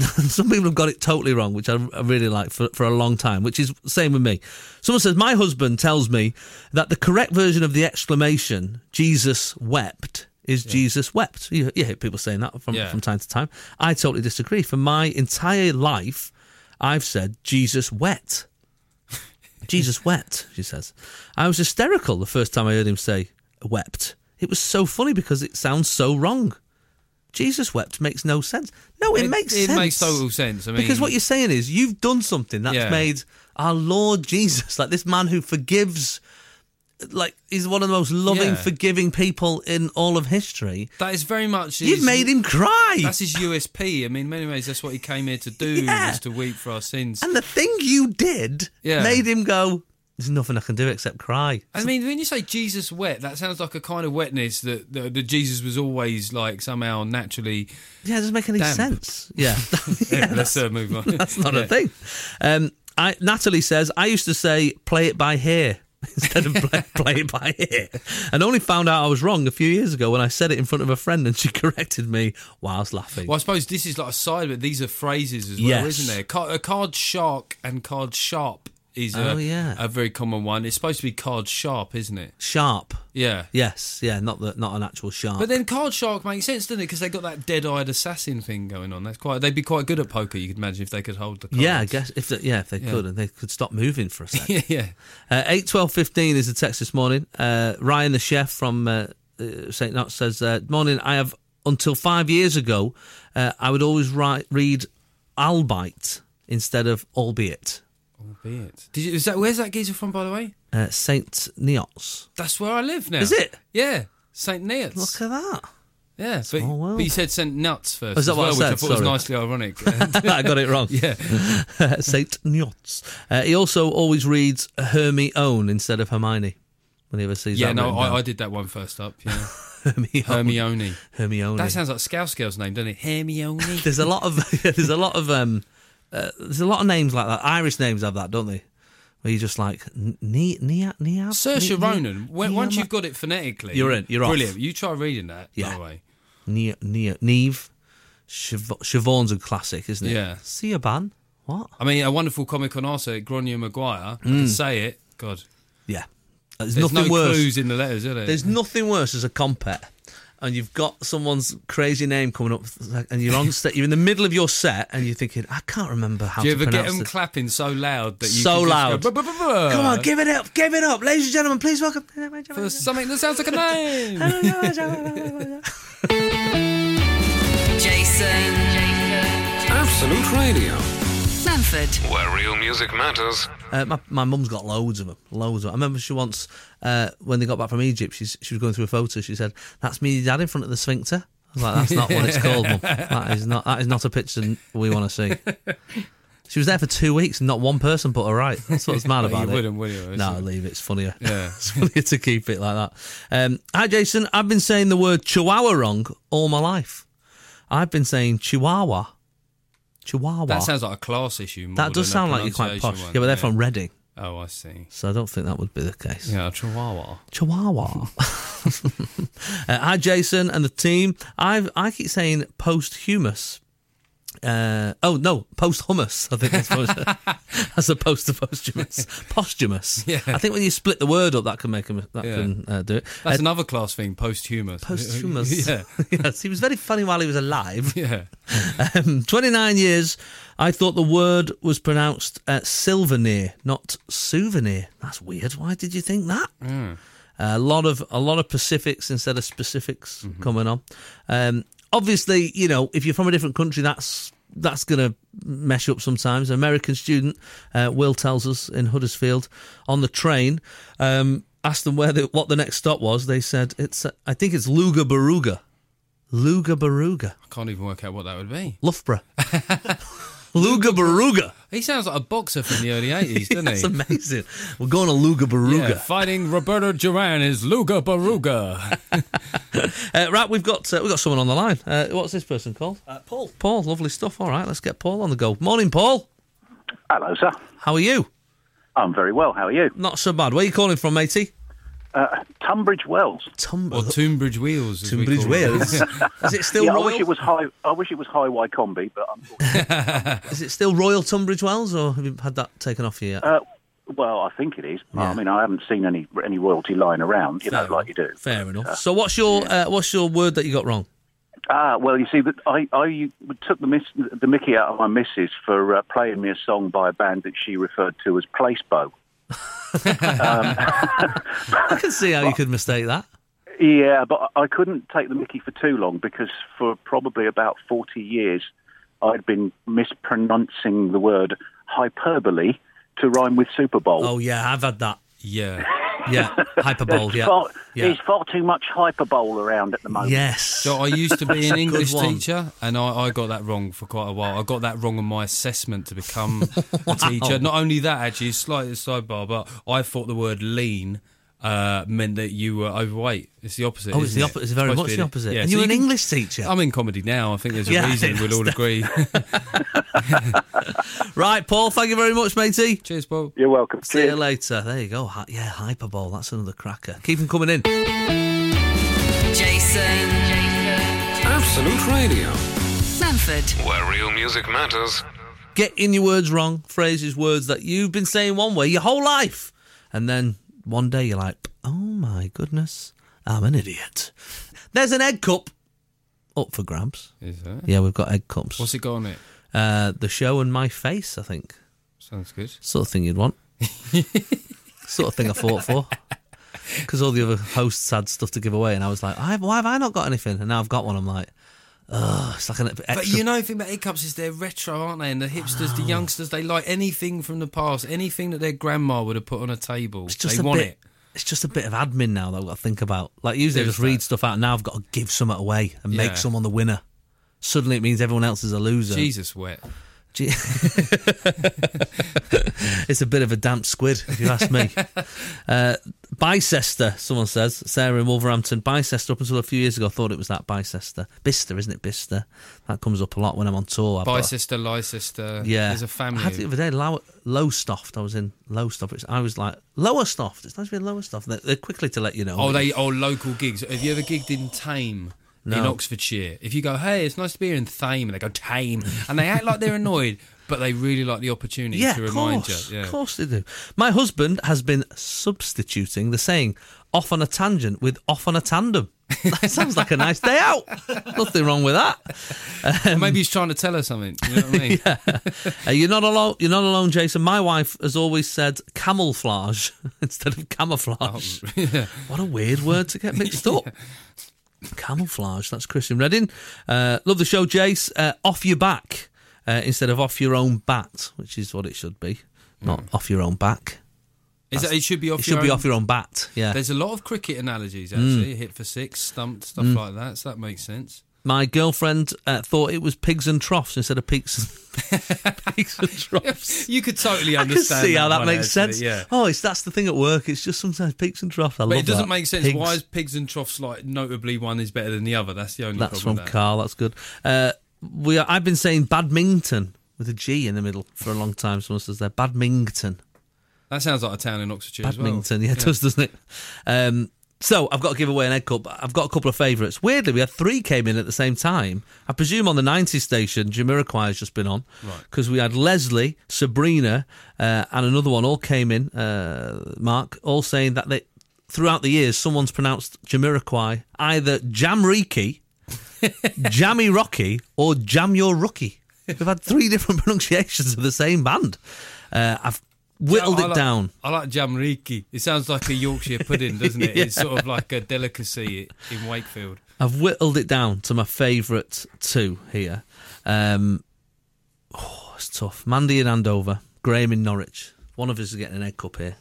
Speaker 3: some people have got it totally wrong, which I, I really like for, for a long time, which is same with me. Someone says, My husband tells me that the correct version of the exclamation, Jesus wept, is Jesus wept. You, you hear people saying that from,
Speaker 4: Yeah.
Speaker 3: from time to time. I totally disagree. For my entire life, I've said, Jesus wet. Jesus wept, she says. I was hysterical the first time I heard him say wept. It was so funny because it sounds so wrong. Jesus wept makes no sense. No, it, makes
Speaker 4: it
Speaker 3: sense.
Speaker 4: makes total sense. I mean,
Speaker 3: because what you're saying is you've done something that's
Speaker 4: Yeah.
Speaker 3: made our Lord Jesus, like this man who forgives, like he's one of the most loving,
Speaker 4: Yeah.
Speaker 3: forgiving people in all of history.
Speaker 4: that is very much.
Speaker 3: You've
Speaker 4: his-
Speaker 3: made him cry.
Speaker 4: That's his USP. I mean, in many ways, that's what he came here to do:
Speaker 3: Yeah.
Speaker 4: was to weep for our sins.
Speaker 3: And the thing you did
Speaker 4: Yeah.
Speaker 3: made him go, There's nothing I can do except cry.
Speaker 4: I mean, when you say Jesus wet, that sounds like a kind of wetness that, that, that Jesus was always like somehow naturally.
Speaker 3: Yeah, it doesn't make any
Speaker 4: Damp.
Speaker 3: sense. Yeah.
Speaker 4: Yeah, let's uh, move on.
Speaker 3: That's not
Speaker 4: Yeah.
Speaker 3: a thing. Um, I, Natalie says, I used to say, play it by ear instead of play, play it by ear. And only found out I was wrong a few years ago when I said it in front of a friend and she corrected me whilst laughing.
Speaker 4: Well, I suppose this is like a side, but these are phrases as well,
Speaker 3: Yes.
Speaker 4: isn't there? Card, a card shark and card sharp is a,
Speaker 3: Oh, yeah.
Speaker 4: a very common one. It's supposed to be card sharp, isn't it?
Speaker 3: Sharp.
Speaker 4: Yeah.
Speaker 3: Yes. Yeah. Not the, not an actual sharp.
Speaker 4: But then card shark makes sense, doesn't it? Because they got that dead-eyed assassin thing going on. That's quite. They'd be quite good at poker. You could imagine if they could hold the. Cards.
Speaker 3: yeah, I guess if they, yeah, if they could and they could stop moving for a second.
Speaker 4: yeah, yeah.
Speaker 3: Uh, Eight twelve fifteen is the text this morning. Uh, Ryan, the chef from uh, uh, St. Knox, says, uh, Morning, I have until five years ago, uh, I would always write, read albeit instead of albeit.
Speaker 4: Albeit. Did you, is that where's that geezer from, by the way?
Speaker 3: Uh, St. Neots.
Speaker 4: That's where I live now.
Speaker 3: Is it?
Speaker 4: Yeah, Saint Neots.
Speaker 3: Look at that.
Speaker 4: yeah, but,
Speaker 3: Small world. Oh,
Speaker 4: but you said Saint Nuts first.
Speaker 3: Is that
Speaker 4: as
Speaker 3: what I
Speaker 4: well,
Speaker 3: said?
Speaker 4: Which I thought
Speaker 3: Sorry.
Speaker 4: was nicely ironic.
Speaker 3: I got it wrong.
Speaker 4: yeah.
Speaker 3: St. Neots. Uh, he also always reads Hermione instead of Hermione when he ever sees
Speaker 4: Yeah,
Speaker 3: that.
Speaker 4: no,
Speaker 3: written
Speaker 4: I,
Speaker 3: down.
Speaker 4: I did that one first up. Yeah.
Speaker 3: Hermione.
Speaker 4: Hermione.
Speaker 3: Hermione.
Speaker 4: That sounds like Scouse Girl's name, doesn't it? Hermione. Oh,
Speaker 3: there's a lot of there's a lot of um uh, there's a lot of names like that. Irish names have that, don't they? Where you're just like Nia Nia Nia.
Speaker 4: Saoirse Ronan. When, once you've got it phonetically,
Speaker 3: You're in, you're off.
Speaker 4: brilliant. You try reading that.
Speaker 3: Yeah.
Speaker 4: By the way,
Speaker 3: Nia Nia Neve. Siobhan- Siobhan's a classic, isn't it?
Speaker 4: Yeah.
Speaker 3: See a ban? What?
Speaker 4: I mean, a wonderful comic on our side, Gronya Maguire. I can say it. God,
Speaker 3: Yeah. There's,
Speaker 4: there's
Speaker 3: Mm. nothing
Speaker 4: no
Speaker 3: worse.
Speaker 4: clues in the letters, is there?
Speaker 3: There's nothing worse as a compet, and you've got someone's crazy name coming up, and you're on set. You're in the middle of your set, and you're thinking, I can't remember how
Speaker 4: Do you
Speaker 3: to
Speaker 4: ever get
Speaker 3: pronounce
Speaker 4: them
Speaker 3: this.
Speaker 4: clapping so loud that you
Speaker 3: So
Speaker 4: can just
Speaker 3: loud.
Speaker 4: Go, "Buh, buh, buh, buh,"
Speaker 3: Come on, give it up, give it up, ladies and gentlemen. Please welcome.
Speaker 4: for something that sounds like a name.
Speaker 2: Jason.
Speaker 1: Absolute Radio,
Speaker 2: Manford.
Speaker 1: where real music matters.
Speaker 3: Uh, my my mum's got loads of them, loads of 'em. I remember she once, uh, when they got back from Egypt, she's, she was going through a photo. She said, "That's me, and dad, in front of the sphincter." I was like, "That's not what it's called, mum. That is not that is not a picture we want to see." She was there for two weeks, and not one person put her right. That's what's mad
Speaker 4: Well,
Speaker 3: about
Speaker 4: you
Speaker 3: it.
Speaker 4: wouldn't, would you? It's-
Speaker 3: No, leave it. It's funnier.
Speaker 4: Yeah.
Speaker 3: it's funnier to keep it like that. Um, hi, Jason. I've been saying the word chihuahua wrong all my life. I've been saying chihuahua, chihuahua.
Speaker 4: That sounds like a class issue. More
Speaker 3: That does
Speaker 4: than a
Speaker 3: sound like you're quite
Speaker 4: pronunciation
Speaker 3: posh.
Speaker 4: one,
Speaker 3: yeah, but they're from Reading.
Speaker 4: Oh, I see.
Speaker 3: So I don't think that would be the case.
Speaker 4: Yeah, Chihuahua.
Speaker 3: Chihuahua. uh, hi, Jason and the team. I've, I keep saying posthumous. Uh, oh no, post hummus. I think that's supposed- as opposed to posthumous. Posthumous.
Speaker 4: Yeah.
Speaker 3: I think when you split the word up, that can make him. That
Speaker 4: Yeah.
Speaker 3: can uh, do it.
Speaker 4: That's
Speaker 3: uh,
Speaker 4: another class thing. Posthumous.
Speaker 3: posthumous.
Speaker 4: yeah.
Speaker 3: yes, he was very funny while he was alive.
Speaker 4: Yeah.
Speaker 3: Um, Twenty nine years. I thought the word was pronounced uh, silvernear, not souvenir. That's weird. Why did you think that? a lot of a lot of Pacifics instead of specifics coming on. Um, obviously, you know, if you're from a different country, that's that's going to mesh up sometimes. American student uh, Will tells us in Huddersfield on the train. Um, asked them where the, what the next stop was. They said it's uh, I think it's Luga Baruga, Luga Baruga,
Speaker 4: I can't even work out what that would be.
Speaker 3: Loughborough, Luga Baruga.
Speaker 4: He sounds like a boxer from the early 80s, doesn't
Speaker 3: That's
Speaker 4: he?
Speaker 3: amazing. We're going to Luga Baruga.
Speaker 4: Yeah, fighting Roberto Duran is Luga Baruga.
Speaker 3: Uh, right, we've got uh, we've got someone on the line. Uh, what's this person called? Uh, Paul. Paul, lovely stuff. All right, let's get Paul on the go. Morning, Paul.
Speaker 6: Hello, sir.
Speaker 3: How are you?
Speaker 6: I'm very well. How are you? Uh,
Speaker 3: Not so bad. Where are you calling from, matey?
Speaker 6: Tunbridge Wells.
Speaker 3: Tumble.
Speaker 4: Or Toombridge Wheels. as we
Speaker 3: Tunbridge
Speaker 4: call
Speaker 3: Wells.
Speaker 4: it.
Speaker 3: Is it still
Speaker 6: yeah,
Speaker 3: Royal?
Speaker 6: I wish it was high. I wish it was Highway Combi, but i
Speaker 3: Is it still Royal Tunbridge Wells, or have you had that taken off you yet?
Speaker 6: uh, well, I think it is. I mean, I haven't seen any any royalty lying around, you know, like you do.
Speaker 3: Fair enough. so, what's your uh, what's your word that you got wrong?
Speaker 6: Ah, well, you see, that I I took the miss, the Mickey out of my missus for uh, playing me a song by a band that she referred to as Placebo.
Speaker 3: I can see how you could mistake that.
Speaker 6: Yeah, but I I couldn't take the Mickey for too long because for probably about forty years, I'd been mispronouncing the word hyperbole to rhyme with Super Bowl.
Speaker 3: Oh yeah, I've had that.
Speaker 4: yeah.
Speaker 3: Yeah, hyperbole.
Speaker 6: There's
Speaker 3: Yeah,
Speaker 6: far,
Speaker 3: yeah.
Speaker 6: There's far too much hyperbole around at the moment.
Speaker 3: Yes.
Speaker 4: So I used to be
Speaker 3: That's a
Speaker 4: an
Speaker 3: good
Speaker 4: English
Speaker 3: one.
Speaker 4: teacher, and I, I got that wrong for quite a while. I got that wrong on my assessment to become a teacher. Not only that, actually, slight sidebar, but I thought the word lean uh, meant that you were overweight. It's the opposite.
Speaker 3: Oh, it's
Speaker 4: isn't
Speaker 3: the
Speaker 4: it?
Speaker 3: opposite. It's very
Speaker 4: supposed
Speaker 3: much
Speaker 4: to be
Speaker 3: the
Speaker 4: an-
Speaker 3: opposite.
Speaker 4: Yeah,
Speaker 3: and
Speaker 4: so
Speaker 3: you're an
Speaker 4: you can-
Speaker 3: English teacher,
Speaker 4: I'm in comedy now. I think there's a
Speaker 3: Yeah, I
Speaker 4: reason
Speaker 3: think
Speaker 4: we'll all
Speaker 3: that's
Speaker 4: agree.
Speaker 3: right, Paul? Thank you very much, matey.
Speaker 4: Cheers, Bob.
Speaker 6: You're welcome.
Speaker 3: See you
Speaker 6: Cheers.
Speaker 3: later. There you go. Hi- Yeah, hyperbole. That's another cracker. Keep them coming in.
Speaker 2: Jason.
Speaker 1: Absolute Radio,
Speaker 2: Manford.
Speaker 1: where real music matters.
Speaker 3: Get in your words wrong, phrases, words that you've been saying one way your whole life, and then one day you're like, "Oh my goodness, I'm an idiot." There's an egg cup up for grabs.
Speaker 4: Is that?
Speaker 3: Yeah, we've got egg cups.
Speaker 4: uh, What's it got on it?
Speaker 3: Uh, the show and my face, I think.
Speaker 4: Sounds good.
Speaker 3: Sort of thing you'd want. sort of thing I fought for. Because all the other hosts had stuff to give away, and I was like, I, why have I not got anything? And now I've got one. I'm like, ugh, it's like an extra.
Speaker 4: But you know, the thing about hiccups is they're retro, aren't they? And the hipsters, the youngsters, they like anything from the past, anything that their grandma would have put on a table.
Speaker 3: it's just
Speaker 4: they
Speaker 3: a
Speaker 4: want
Speaker 3: bit.
Speaker 4: it.
Speaker 3: It's just a bit of admin now that I've got to think about. Like usually I
Speaker 4: There's
Speaker 3: just read
Speaker 4: that.
Speaker 3: stuff out. Now I've got to give some away and
Speaker 4: Yeah.
Speaker 3: make someone the winner. Suddenly it means everyone else is a loser.
Speaker 4: Jesus wet.
Speaker 3: Gee- it's a bit of a damp squid, if you ask me. uh, Bicester, someone says. Sarah in Wolverhampton. Bicester, up until a few years ago, I thought it was that Bicester. Bister, isn't it? Bister. That comes up a lot when I'm on tour. I've got-
Speaker 4: Bicester, Leicester.
Speaker 3: yeah.
Speaker 4: There's a family.
Speaker 3: I had the other day, Low, Lowstoft. I was in Lowstoft. It's, I was like, Lowerstoft. It's nice to be in Lowerstoft. They're, they're quickly to let you know.
Speaker 4: oh, they oh local gigs. Have you ever gigged in Tame? In Oxfordshire, if you go, hey, it's nice to be here in Thame, and they go Tame, and they act like they're annoyed, but they really like the opportunity
Speaker 3: yeah,
Speaker 4: to
Speaker 3: of
Speaker 4: remind
Speaker 3: course,
Speaker 4: you. Yeah,
Speaker 3: Of course they do. My husband has been substituting the saying off on a tangent with off on a tandem. That sounds like a nice day out. Nothing wrong with that.
Speaker 4: Or maybe he's trying to tell her something. You know what I mean?
Speaker 3: Uh, you're not alone. You're not alone, Jason. My wife has always said camouflage instead of camouflage.
Speaker 4: Oh.
Speaker 3: What a weird word to get mixed up. Camouflage. That's Christian Redding. Uh, love the show, Jace. Uh, off your back uh, instead of off your own bat, which is what it should be. Not off your own back.
Speaker 4: Is that, it should be Hmm. off.
Speaker 3: It
Speaker 4: your
Speaker 3: should be
Speaker 4: own-
Speaker 3: off your own bat. Yeah.
Speaker 4: There's a lot of cricket
Speaker 3: Mm.
Speaker 4: analogies actually. Hit for six, stumped, stuff like that. So that makes sense.
Speaker 3: My girlfriend uh, thought it was pigs and troughs instead of peaks. And peaks and troughs.
Speaker 4: You could totally
Speaker 3: I can
Speaker 4: understand.
Speaker 3: see how that
Speaker 4: one,
Speaker 3: makes
Speaker 4: actually,
Speaker 3: sense.
Speaker 4: Yeah.
Speaker 3: Oh, it's that's the thing at work. It's just sometimes peaks and troughs. I
Speaker 4: But
Speaker 3: love
Speaker 4: it doesn't
Speaker 3: that.
Speaker 4: make sense.
Speaker 3: Pigs.
Speaker 4: Why is pigs and troughs like notably one is better than the other? That's the only
Speaker 3: that's
Speaker 4: problem.
Speaker 3: from
Speaker 4: with that.
Speaker 3: Carl. That's good. Uh, we are, I've been saying badminton with a G in the middle for a long time. Someone says they're badminton.
Speaker 4: That sounds like a town in Oxfordshire as well.
Speaker 3: Badminton, yeah, it does, doesn't it? Um, so I've got to give away an egg cup. I've got a couple of favourites. Weirdly, we had three came in at the same time. I presume on the 90s station, Jamiroquai has just been on. Because we had Leslie, Sabrina, uh, and another one all came in, uh, Mark, all saying that they, throughout the years, someone's pronounced Jamiroquai either Jamriki, Jammy Rocky, or Jam Your Rookie. We've had three different pronunciations of the same band. Uh, I've whittled
Speaker 4: I
Speaker 3: it
Speaker 4: like-
Speaker 3: down.
Speaker 4: I like jamriki. It sounds like a Yorkshire pudding, doesn't it? It's sort of like a delicacy in Wakefield.
Speaker 3: I've whittled it down to my favourite two here. Um, oh, it's tough. Mandy in Andover, Graham in Norwich. One of us is getting an egg cup here.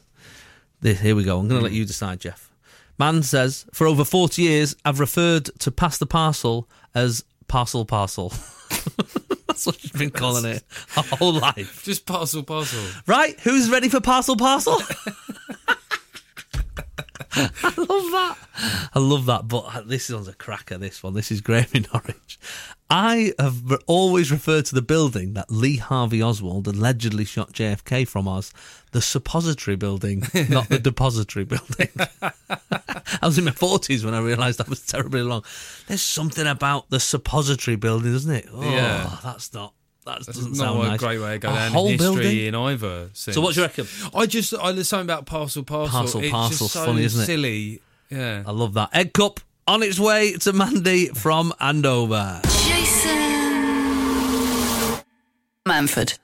Speaker 3: This, here we go. I'm going to let you decide, Jeff. Man says, for over 40 years, I've referred to Pass the Parcel as Parcel Parcel. That's what you've been calling it our whole life.
Speaker 4: Just parcel, parcel.
Speaker 3: Right? Who's ready for Parcel Parcel? I love that. I love that, but this one's a cracker. This one, this is Graham in Norwich. I have re- always referred to the building that Lee Harvey Oswald allegedly shot JFK from as the suppository building, not the depository building. I was in my forties when I realised that was terribly long. There's something about the suppository building, isn't it? Oh,
Speaker 4: Yeah.
Speaker 3: that's not. That
Speaker 4: That's
Speaker 3: doesn't
Speaker 4: not
Speaker 3: sound
Speaker 4: a
Speaker 3: nice.
Speaker 4: great way to go
Speaker 3: A
Speaker 4: down
Speaker 3: whole
Speaker 4: in history
Speaker 3: building.
Speaker 4: in either sense.
Speaker 3: So what do you reckon?
Speaker 4: I just I there's something about parcel parcel.
Speaker 3: Parcel,
Speaker 4: it's
Speaker 3: parcel's
Speaker 4: just so
Speaker 3: funny, isn't it?
Speaker 4: Silly. Yeah.
Speaker 3: I love that egg cup on its way to Mandy from Andover.
Speaker 2: Jason. Manford.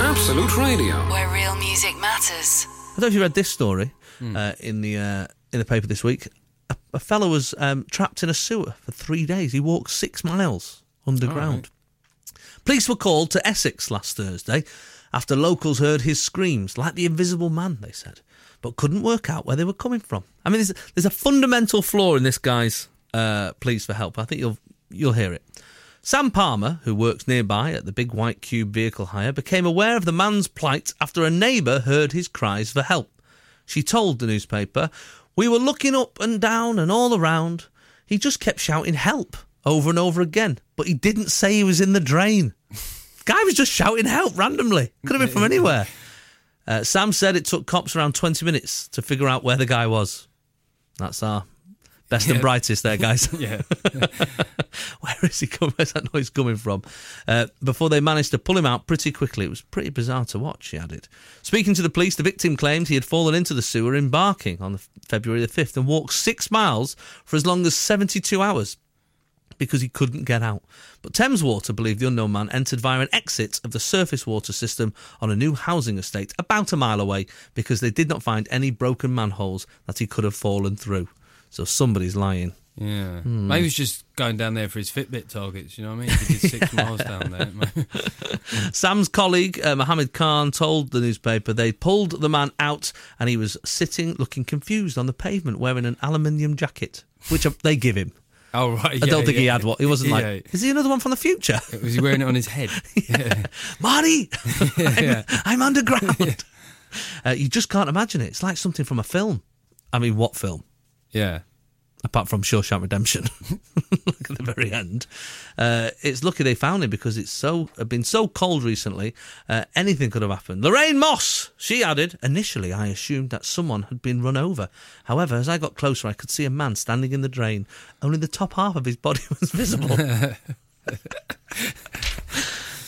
Speaker 1: Absolute Radio.
Speaker 2: Where real music matters.
Speaker 3: I don't know if you read this story uh, in the uh, in the paper this week. A, a fellow was um, trapped in a sewer for three days. He walked six miles underground. Police were called to Essex last Thursday after locals heard his screams, like the invisible man, they said, but couldn't work out where they were coming from. I mean, there's, there's a fundamental flaw in this guy's uh, pleas for help. I think you'll you'll hear it. Sam Palmer, who works nearby at the big white cube vehicle hire, became aware of the man's plight after a neighbour heard his cries for help. She told the newspaper, We were looking up and down and all around. He just kept shouting help over and over again, but he didn't say he was in the drain. Guy was just shouting help randomly. Could have been from anywhere. Uh, Sam said it took cops around 20 minutes to figure out where the guy was. That's our best and
Speaker 4: Yeah.
Speaker 3: brightest there, guys.
Speaker 4: Yeah.
Speaker 3: Where is he coming? Where's that noise coming from? Uh, before they managed to pull him out pretty quickly, it was pretty bizarre to watch. He added, speaking to the police, the victim claimed he had fallen into the sewer embarking on the February the fifth and walked six miles for as long as seventy-two hours because he couldn't get out. But Thames Water believed the unknown man entered via an exit of the surface water system on a new housing estate about a mile away because they did not find any broken manholes that he could have fallen through. So somebody's lying.
Speaker 4: Yeah.
Speaker 3: Hmm.
Speaker 4: Maybe he's just going down there for his Fitbit targets, you know what I mean? He did six miles down there.
Speaker 3: Sam's colleague, uh, Mohammed Khan, told the newspaper they pulled the man out and he was sitting looking confused on the pavement wearing an aluminium jacket, which uh, they give him.
Speaker 4: oh, right.
Speaker 3: I
Speaker 4: yeah,
Speaker 3: don't think he
Speaker 4: yeah.
Speaker 3: had what. He wasn't like,
Speaker 4: Yeah.
Speaker 3: is he another one from the future?
Speaker 4: Was he wearing it on his head? yeah.
Speaker 3: Marty,
Speaker 4: Yeah.
Speaker 3: I'm underground. Uh, you just can't imagine it. It's like something from a film. I mean, what film?
Speaker 4: Yeah.
Speaker 3: apart from Shawshank Redemption. Look at the very end. Uh, it's lucky they found him because it's so it's been so cold recently. Uh, anything could have happened. Lorraine Moss. She added, initially I assumed that someone had been run over. However, as I got closer, I could see a man standing in the drain. Only the top half of his body was visible.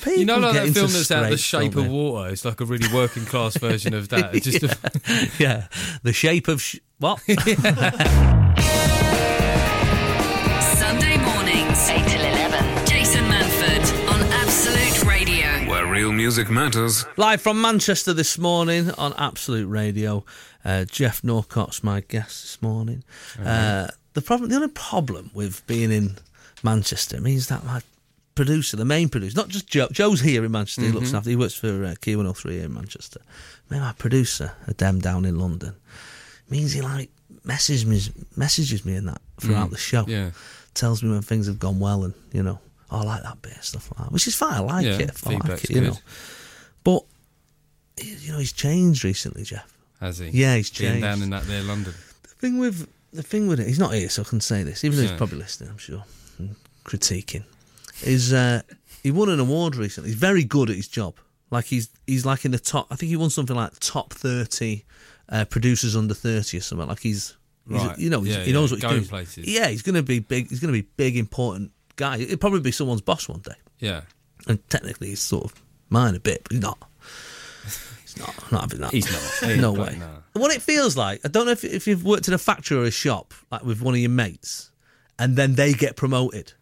Speaker 4: You know,
Speaker 3: People
Speaker 4: like
Speaker 3: get
Speaker 4: that
Speaker 3: into
Speaker 4: film that's out, The
Speaker 3: scrapes,
Speaker 4: Shape
Speaker 3: don't
Speaker 4: of
Speaker 3: they?
Speaker 4: Water. It's like a really working class version of that. It's just a,
Speaker 3: yeah, the shape of sh- what?
Speaker 2: Sunday mornings, 8 till 11. Jason Manford on Absolute Radio.
Speaker 1: Where real music matters.
Speaker 3: Live from Manchester this morning on Absolute Radio. Uh, Jeff Norcott's my guest this morning. Uh, the problem, the only problem with being in Manchester means that my producer, the main producer, not just Joe, Joe's here in Manchester. He looks after. He works for uh, Q103 here in Manchester. Me and my producer, a dem down in London, means he like messages me, messages me in that throughout the show.
Speaker 4: yeah.
Speaker 3: tells me when things have gone well, and you know. "Oh, I like that bit, stuff like that, which is fine. I like
Speaker 4: Yeah,
Speaker 3: it. I like
Speaker 4: feedback's
Speaker 3: it, you know.
Speaker 4: good.
Speaker 3: But you know, he's changed recently, Jeff.
Speaker 4: has he?
Speaker 3: Yeah, he's
Speaker 4: Being down
Speaker 3: changed.
Speaker 4: in that there London.
Speaker 3: The thing with the thing with it, he's not here, so I can say this, even though he's
Speaker 4: Yeah.
Speaker 3: probably listening, I'm sure, and critiquing. Is uh, he won an award recently? He's very good at his job. Like he's he's like in the top. I think he won something like top thirty uh, producers under thirty or something. Like he's, he's-
Speaker 4: Right.
Speaker 3: you know, he's-
Speaker 4: Yeah,
Speaker 3: he knows
Speaker 4: yeah.
Speaker 3: what
Speaker 4: Going
Speaker 3: he's doing.
Speaker 4: places.
Speaker 3: Yeah, he's gonna be big. He's gonna be big, important guy. He'll probably be someone's boss one day.
Speaker 4: Yeah.
Speaker 3: And technically, he's sort of mine a bit, but he's not. He's not, I'm not having that.
Speaker 4: He's not. He ain't
Speaker 3: no
Speaker 4: got-
Speaker 3: way.
Speaker 4: no.
Speaker 3: What it feels like, I don't know if, if you've worked in a factory or a shop, like with one of your mates, and then they get promoted.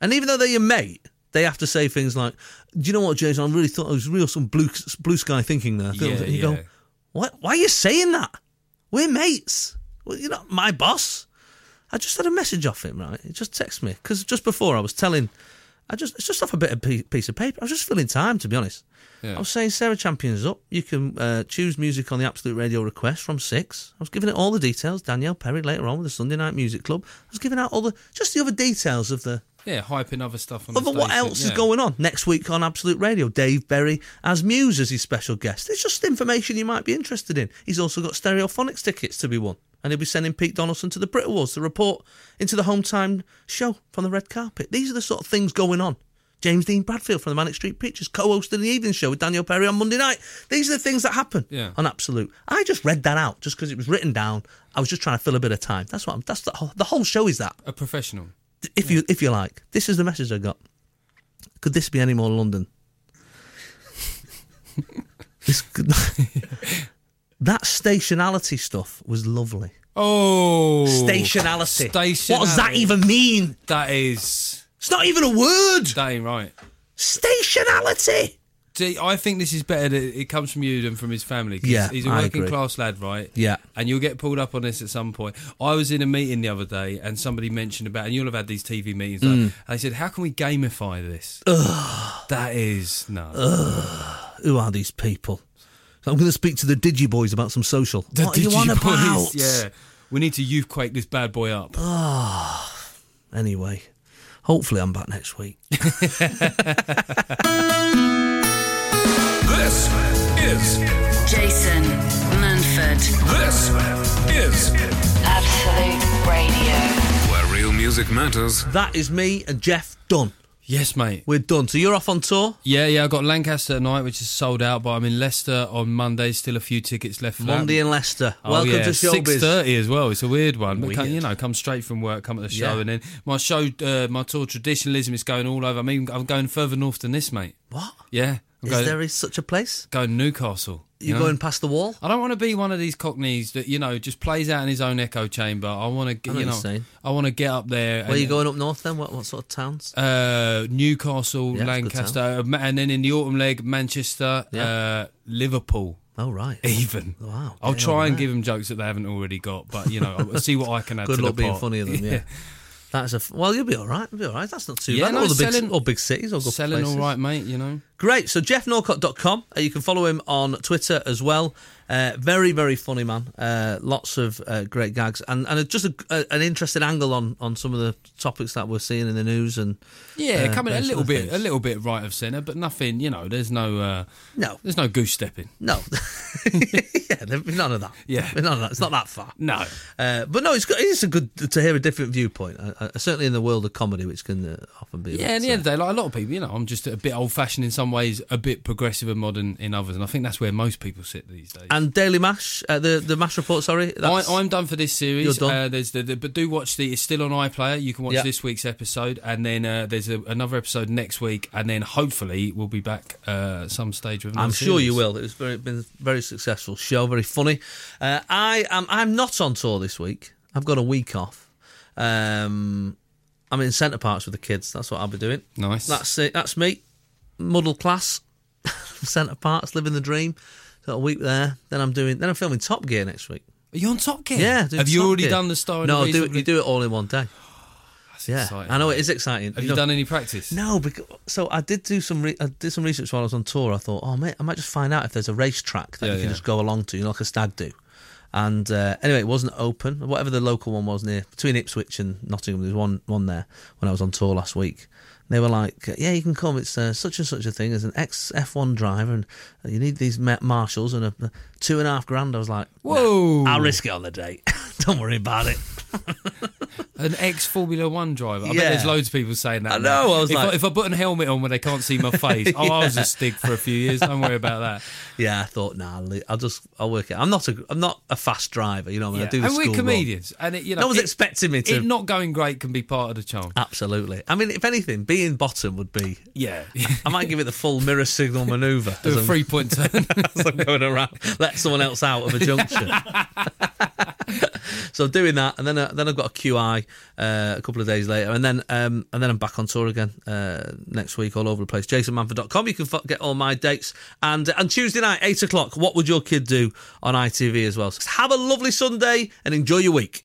Speaker 3: And even though they're your mate, they have to say things like, Do you know what, Jason? I really thought it was real some blue, blue sky thinking there. I thought it was-"
Speaker 4: Yeah,
Speaker 3: and you go,
Speaker 4: yeah.
Speaker 3: what? Why are you saying that? We're mates. Well, you're not my boss. I just had a message off him, right? He just texted me because just before I was telling, I just it's just off a bit of pe- piece of paper. I was just filling time, to be honest.
Speaker 4: Yeah.
Speaker 3: I was saying Sarah Champion's up. You can uh, choose music on the Absolute Radio request from six. I was giving it all the details. Danielle Perry later on with the Sunday Night Music Club. I was giving out all the just the other details of the
Speaker 4: Yeah, hyping other stuff on
Speaker 3: of
Speaker 4: the
Speaker 3: what
Speaker 4: station,
Speaker 3: else is
Speaker 4: yeah.
Speaker 3: going on next week on Absolute Radio. Dave Berry as Muse as his special guest. It's just information you might be interested in. He's also got Stereophonics tickets to be won, and he'll be sending Pete Donaldson to the Brit Awards to report into the hometown show from the red carpet. These are the sort of things going on. James Dean Bradfield from the Manic Street Pictures co-hosted the evening show with Daniel Perry on Monday night. These are the things that happen
Speaker 4: Yeah.
Speaker 3: on Absolute. I just read that out just because it was written down. I was just trying to fill a bit of time. That's what I'm. That's the whole, the whole show is that
Speaker 4: A professional.
Speaker 3: if you if you like. This is the message I got. Could this be any more London? this could that stationality stuff was lovely.
Speaker 4: Oh.
Speaker 3: Stationality.
Speaker 4: Stationality.
Speaker 3: What does that even mean?
Speaker 4: That is.
Speaker 3: It's not even a word.
Speaker 4: That ain't right.
Speaker 3: Stationality.
Speaker 4: See, I think this is better that it comes from you than from his family. 'cause
Speaker 3: Yeah,
Speaker 4: he's a
Speaker 3: I
Speaker 4: working
Speaker 3: agree.
Speaker 4: class lad, right?
Speaker 3: Yeah.
Speaker 4: and you'll get pulled up on this at some point. I was in a meeting the other day, and somebody mentioned about, and you'll have had these TV meetings.
Speaker 3: Mm.
Speaker 4: Like, and they said, "How can we gamify this?" that is no.
Speaker 3: who are these people? So I'm going to speak to the Digiboys about some social.
Speaker 4: The
Speaker 3: what are you on about?
Speaker 4: Digiboys, Yeah. We need to youth quake this bad boy up.
Speaker 3: Anyway, hopefully I'm back next week.
Speaker 1: This is
Speaker 2: Jason Manford,
Speaker 1: this is
Speaker 2: Absolute Radio.
Speaker 1: where real music matters.
Speaker 3: That is me and Jeff done.
Speaker 4: Yes, mate.
Speaker 3: We're done. So you're off on tour.
Speaker 4: Yeah, yeah. I've got Lancaster tonight, which is sold out, but I'm in Leicester on Monday. Still a few tickets left for that.
Speaker 3: Monday in Leicester.
Speaker 4: Oh,
Speaker 3: Welcome
Speaker 4: yeah.
Speaker 3: to
Speaker 4: Six
Speaker 3: Showbiz.
Speaker 4: thirty as well. It's a weird one. But come,
Speaker 3: Weird.
Speaker 4: you know, come straight from work, come to the show,
Speaker 3: Yeah.
Speaker 4: and then my show, uh, my tour, traditionalism is going all over. I mean, I'm going further north than this, mate.
Speaker 3: What?
Speaker 4: Yeah, I'm
Speaker 3: Is
Speaker 4: going,
Speaker 3: there is such a place?
Speaker 4: going Newcastle.
Speaker 3: You're
Speaker 4: know?
Speaker 3: going past the wall?
Speaker 4: I don't want to be one of these cockneys that you know just plays out in his own echo chamber. I want to,
Speaker 3: know
Speaker 4: you
Speaker 3: what
Speaker 4: know,
Speaker 3: you're saying.
Speaker 4: I want to get up there.
Speaker 3: Where are
Speaker 4: and-
Speaker 3: you going up north then? What, what sort of towns?
Speaker 4: Uh,
Speaker 3: Yeah,
Speaker 4: Newcastle,
Speaker 3: it's a good
Speaker 4: Lancaster, uh, Ma- and then in the autumn leg, Manchester,
Speaker 3: Yeah.
Speaker 4: uh, Liverpool.
Speaker 3: oh, right.
Speaker 4: Even
Speaker 3: Wow,
Speaker 4: I'll
Speaker 3: getting
Speaker 4: try
Speaker 3: on
Speaker 4: and
Speaker 3: there.
Speaker 4: give them jokes that they haven't already got, but you know, I'll see what I can add.
Speaker 3: Good
Speaker 4: to
Speaker 3: luck
Speaker 4: the
Speaker 3: being
Speaker 4: pot.
Speaker 3: funnier than them, yeah. That's a f- well. You'll be all right. You'll be all right. That's not too
Speaker 4: Yeah,
Speaker 3: bad.
Speaker 4: no,
Speaker 3: all the big,
Speaker 4: selling-
Speaker 3: all big cities. All good
Speaker 4: Selling
Speaker 3: places.
Speaker 4: all right, mate. You know.
Speaker 3: Great. So jeffnorcott.com. Uh, you can follow him on Twitter as well. Uh, very, very funny man. Uh, lots of uh, great gags and and just a, a, an interesting angle on on some of the topics that we're seeing in the news and
Speaker 4: Yeah,
Speaker 3: uh,
Speaker 4: coming a
Speaker 3: those sort
Speaker 4: little
Speaker 3: of
Speaker 4: bit, a
Speaker 3: things.
Speaker 4: little bit right of centre, but nothing. You know, there's no, uh,
Speaker 3: No.
Speaker 4: there's no goose stepping.
Speaker 3: No. yeah, there'd be none of that.
Speaker 4: Yeah.
Speaker 3: There'd be none of that. It's not that far.
Speaker 4: No.
Speaker 3: Uh, but no, it's good. It's a good to hear a different viewpoint. Uh, uh, certainly in the world of comedy, which can uh, often be. a
Speaker 4: Yeah,
Speaker 3: bit,
Speaker 4: in the
Speaker 3: uh,
Speaker 4: end of the day, like a lot of people, you know, I'm just a bit old fashioned in some ways, a bit progressive and modern in others, and I think that's where most people sit these days.
Speaker 3: and Daily Mash, uh, the the Mash report. Sorry,
Speaker 4: I,
Speaker 3: that's-
Speaker 4: I'm done for this series.
Speaker 3: You're done.
Speaker 4: Uh, there's the, the, but do watch the. It's still on iPlayer. You can watch
Speaker 3: Yeah.
Speaker 4: this week's episode, and then uh, there's a, another episode next week, and then hopefully we'll be back uh, some stage with.
Speaker 3: I'm
Speaker 4: another
Speaker 3: sure you
Speaker 4: series.
Speaker 3: will. It's very, been a very successful show, very funny. Uh, I am. I'm not on tour this week. I've got a week off. Um, I'm in centre parts with the kids. That's what I'll be doing.
Speaker 4: Nice.
Speaker 3: That's it. That's me. Muddle class, centre parts, living the dream. Got a week there. Then I'm doing. Then I'm filming Top Gear next week.
Speaker 4: Are you on Top Gear?
Speaker 3: Yeah. doing
Speaker 4: Have you
Speaker 3: Top
Speaker 4: already
Speaker 3: Gear.
Speaker 4: done the star?
Speaker 3: No,
Speaker 4: and
Speaker 3: do it, you do it all in one day.
Speaker 4: That's
Speaker 3: Yeah,
Speaker 4: exciting.
Speaker 3: I know it is exciting.
Speaker 4: Have
Speaker 3: You
Speaker 4: you,
Speaker 3: know-
Speaker 4: done any practice?
Speaker 3: no, because, so I did do some re- I did some research while I was on tour. I thought, oh mate, I might just find out if there's a racetrack that
Speaker 4: Yeah,
Speaker 3: you can
Speaker 4: yeah.
Speaker 3: just go along to, you know, like a stag do. And uh, anyway, it wasn't open. Whatever the local one was near between Ipswich and Nottingham, there's one one there when I was on tour last week. They were like, yeah, you can come. It's uh, such and such a thing as an ex F1 driver, and you need these ma- marshals and a, a two and a half grand. I was like, nah,
Speaker 4: Whoa.
Speaker 3: I'll risk it on the date. Don't worry about it.
Speaker 4: An ex Formula One driver. I
Speaker 3: Yeah.
Speaker 4: bet there's loads of people saying that.
Speaker 3: I
Speaker 4: now.
Speaker 3: know, I was
Speaker 4: if,
Speaker 3: like-
Speaker 4: I, if I put a helmet on where they can't see my face, oh, I was a stig for a few years. Don't worry about that.
Speaker 3: Yeah, I thought, nah, I'll li- I'll just I'll work it. I'm not a I'm not a fast driver, you know. What I, mean? I do the
Speaker 4: and
Speaker 3: school
Speaker 4: we're
Speaker 3: run.
Speaker 4: comedians, and it, you know,
Speaker 3: No one's
Speaker 4: it-
Speaker 3: expecting me to.
Speaker 4: It not going great can be part of the charm.
Speaker 3: Absolutely. I mean, if anything, being bottom would be.
Speaker 4: Yeah.
Speaker 3: I might give it the full mirror signal manoeuvre as,
Speaker 4: Do a
Speaker 3: I'm-
Speaker 4: three point turn.
Speaker 3: as I'm going around. Let someone else out of a junction. so doing that, and then uh, then I've got a QI uh, a couple of days later, and then um, and then I'm back on tour again uh, next week, all over the place. JasonManford.com. You can f- get all my dates, and uh, and Tuesday night, eight o'clock. What would your kid do on ITV as well? So have a lovely Sunday and enjoy your week.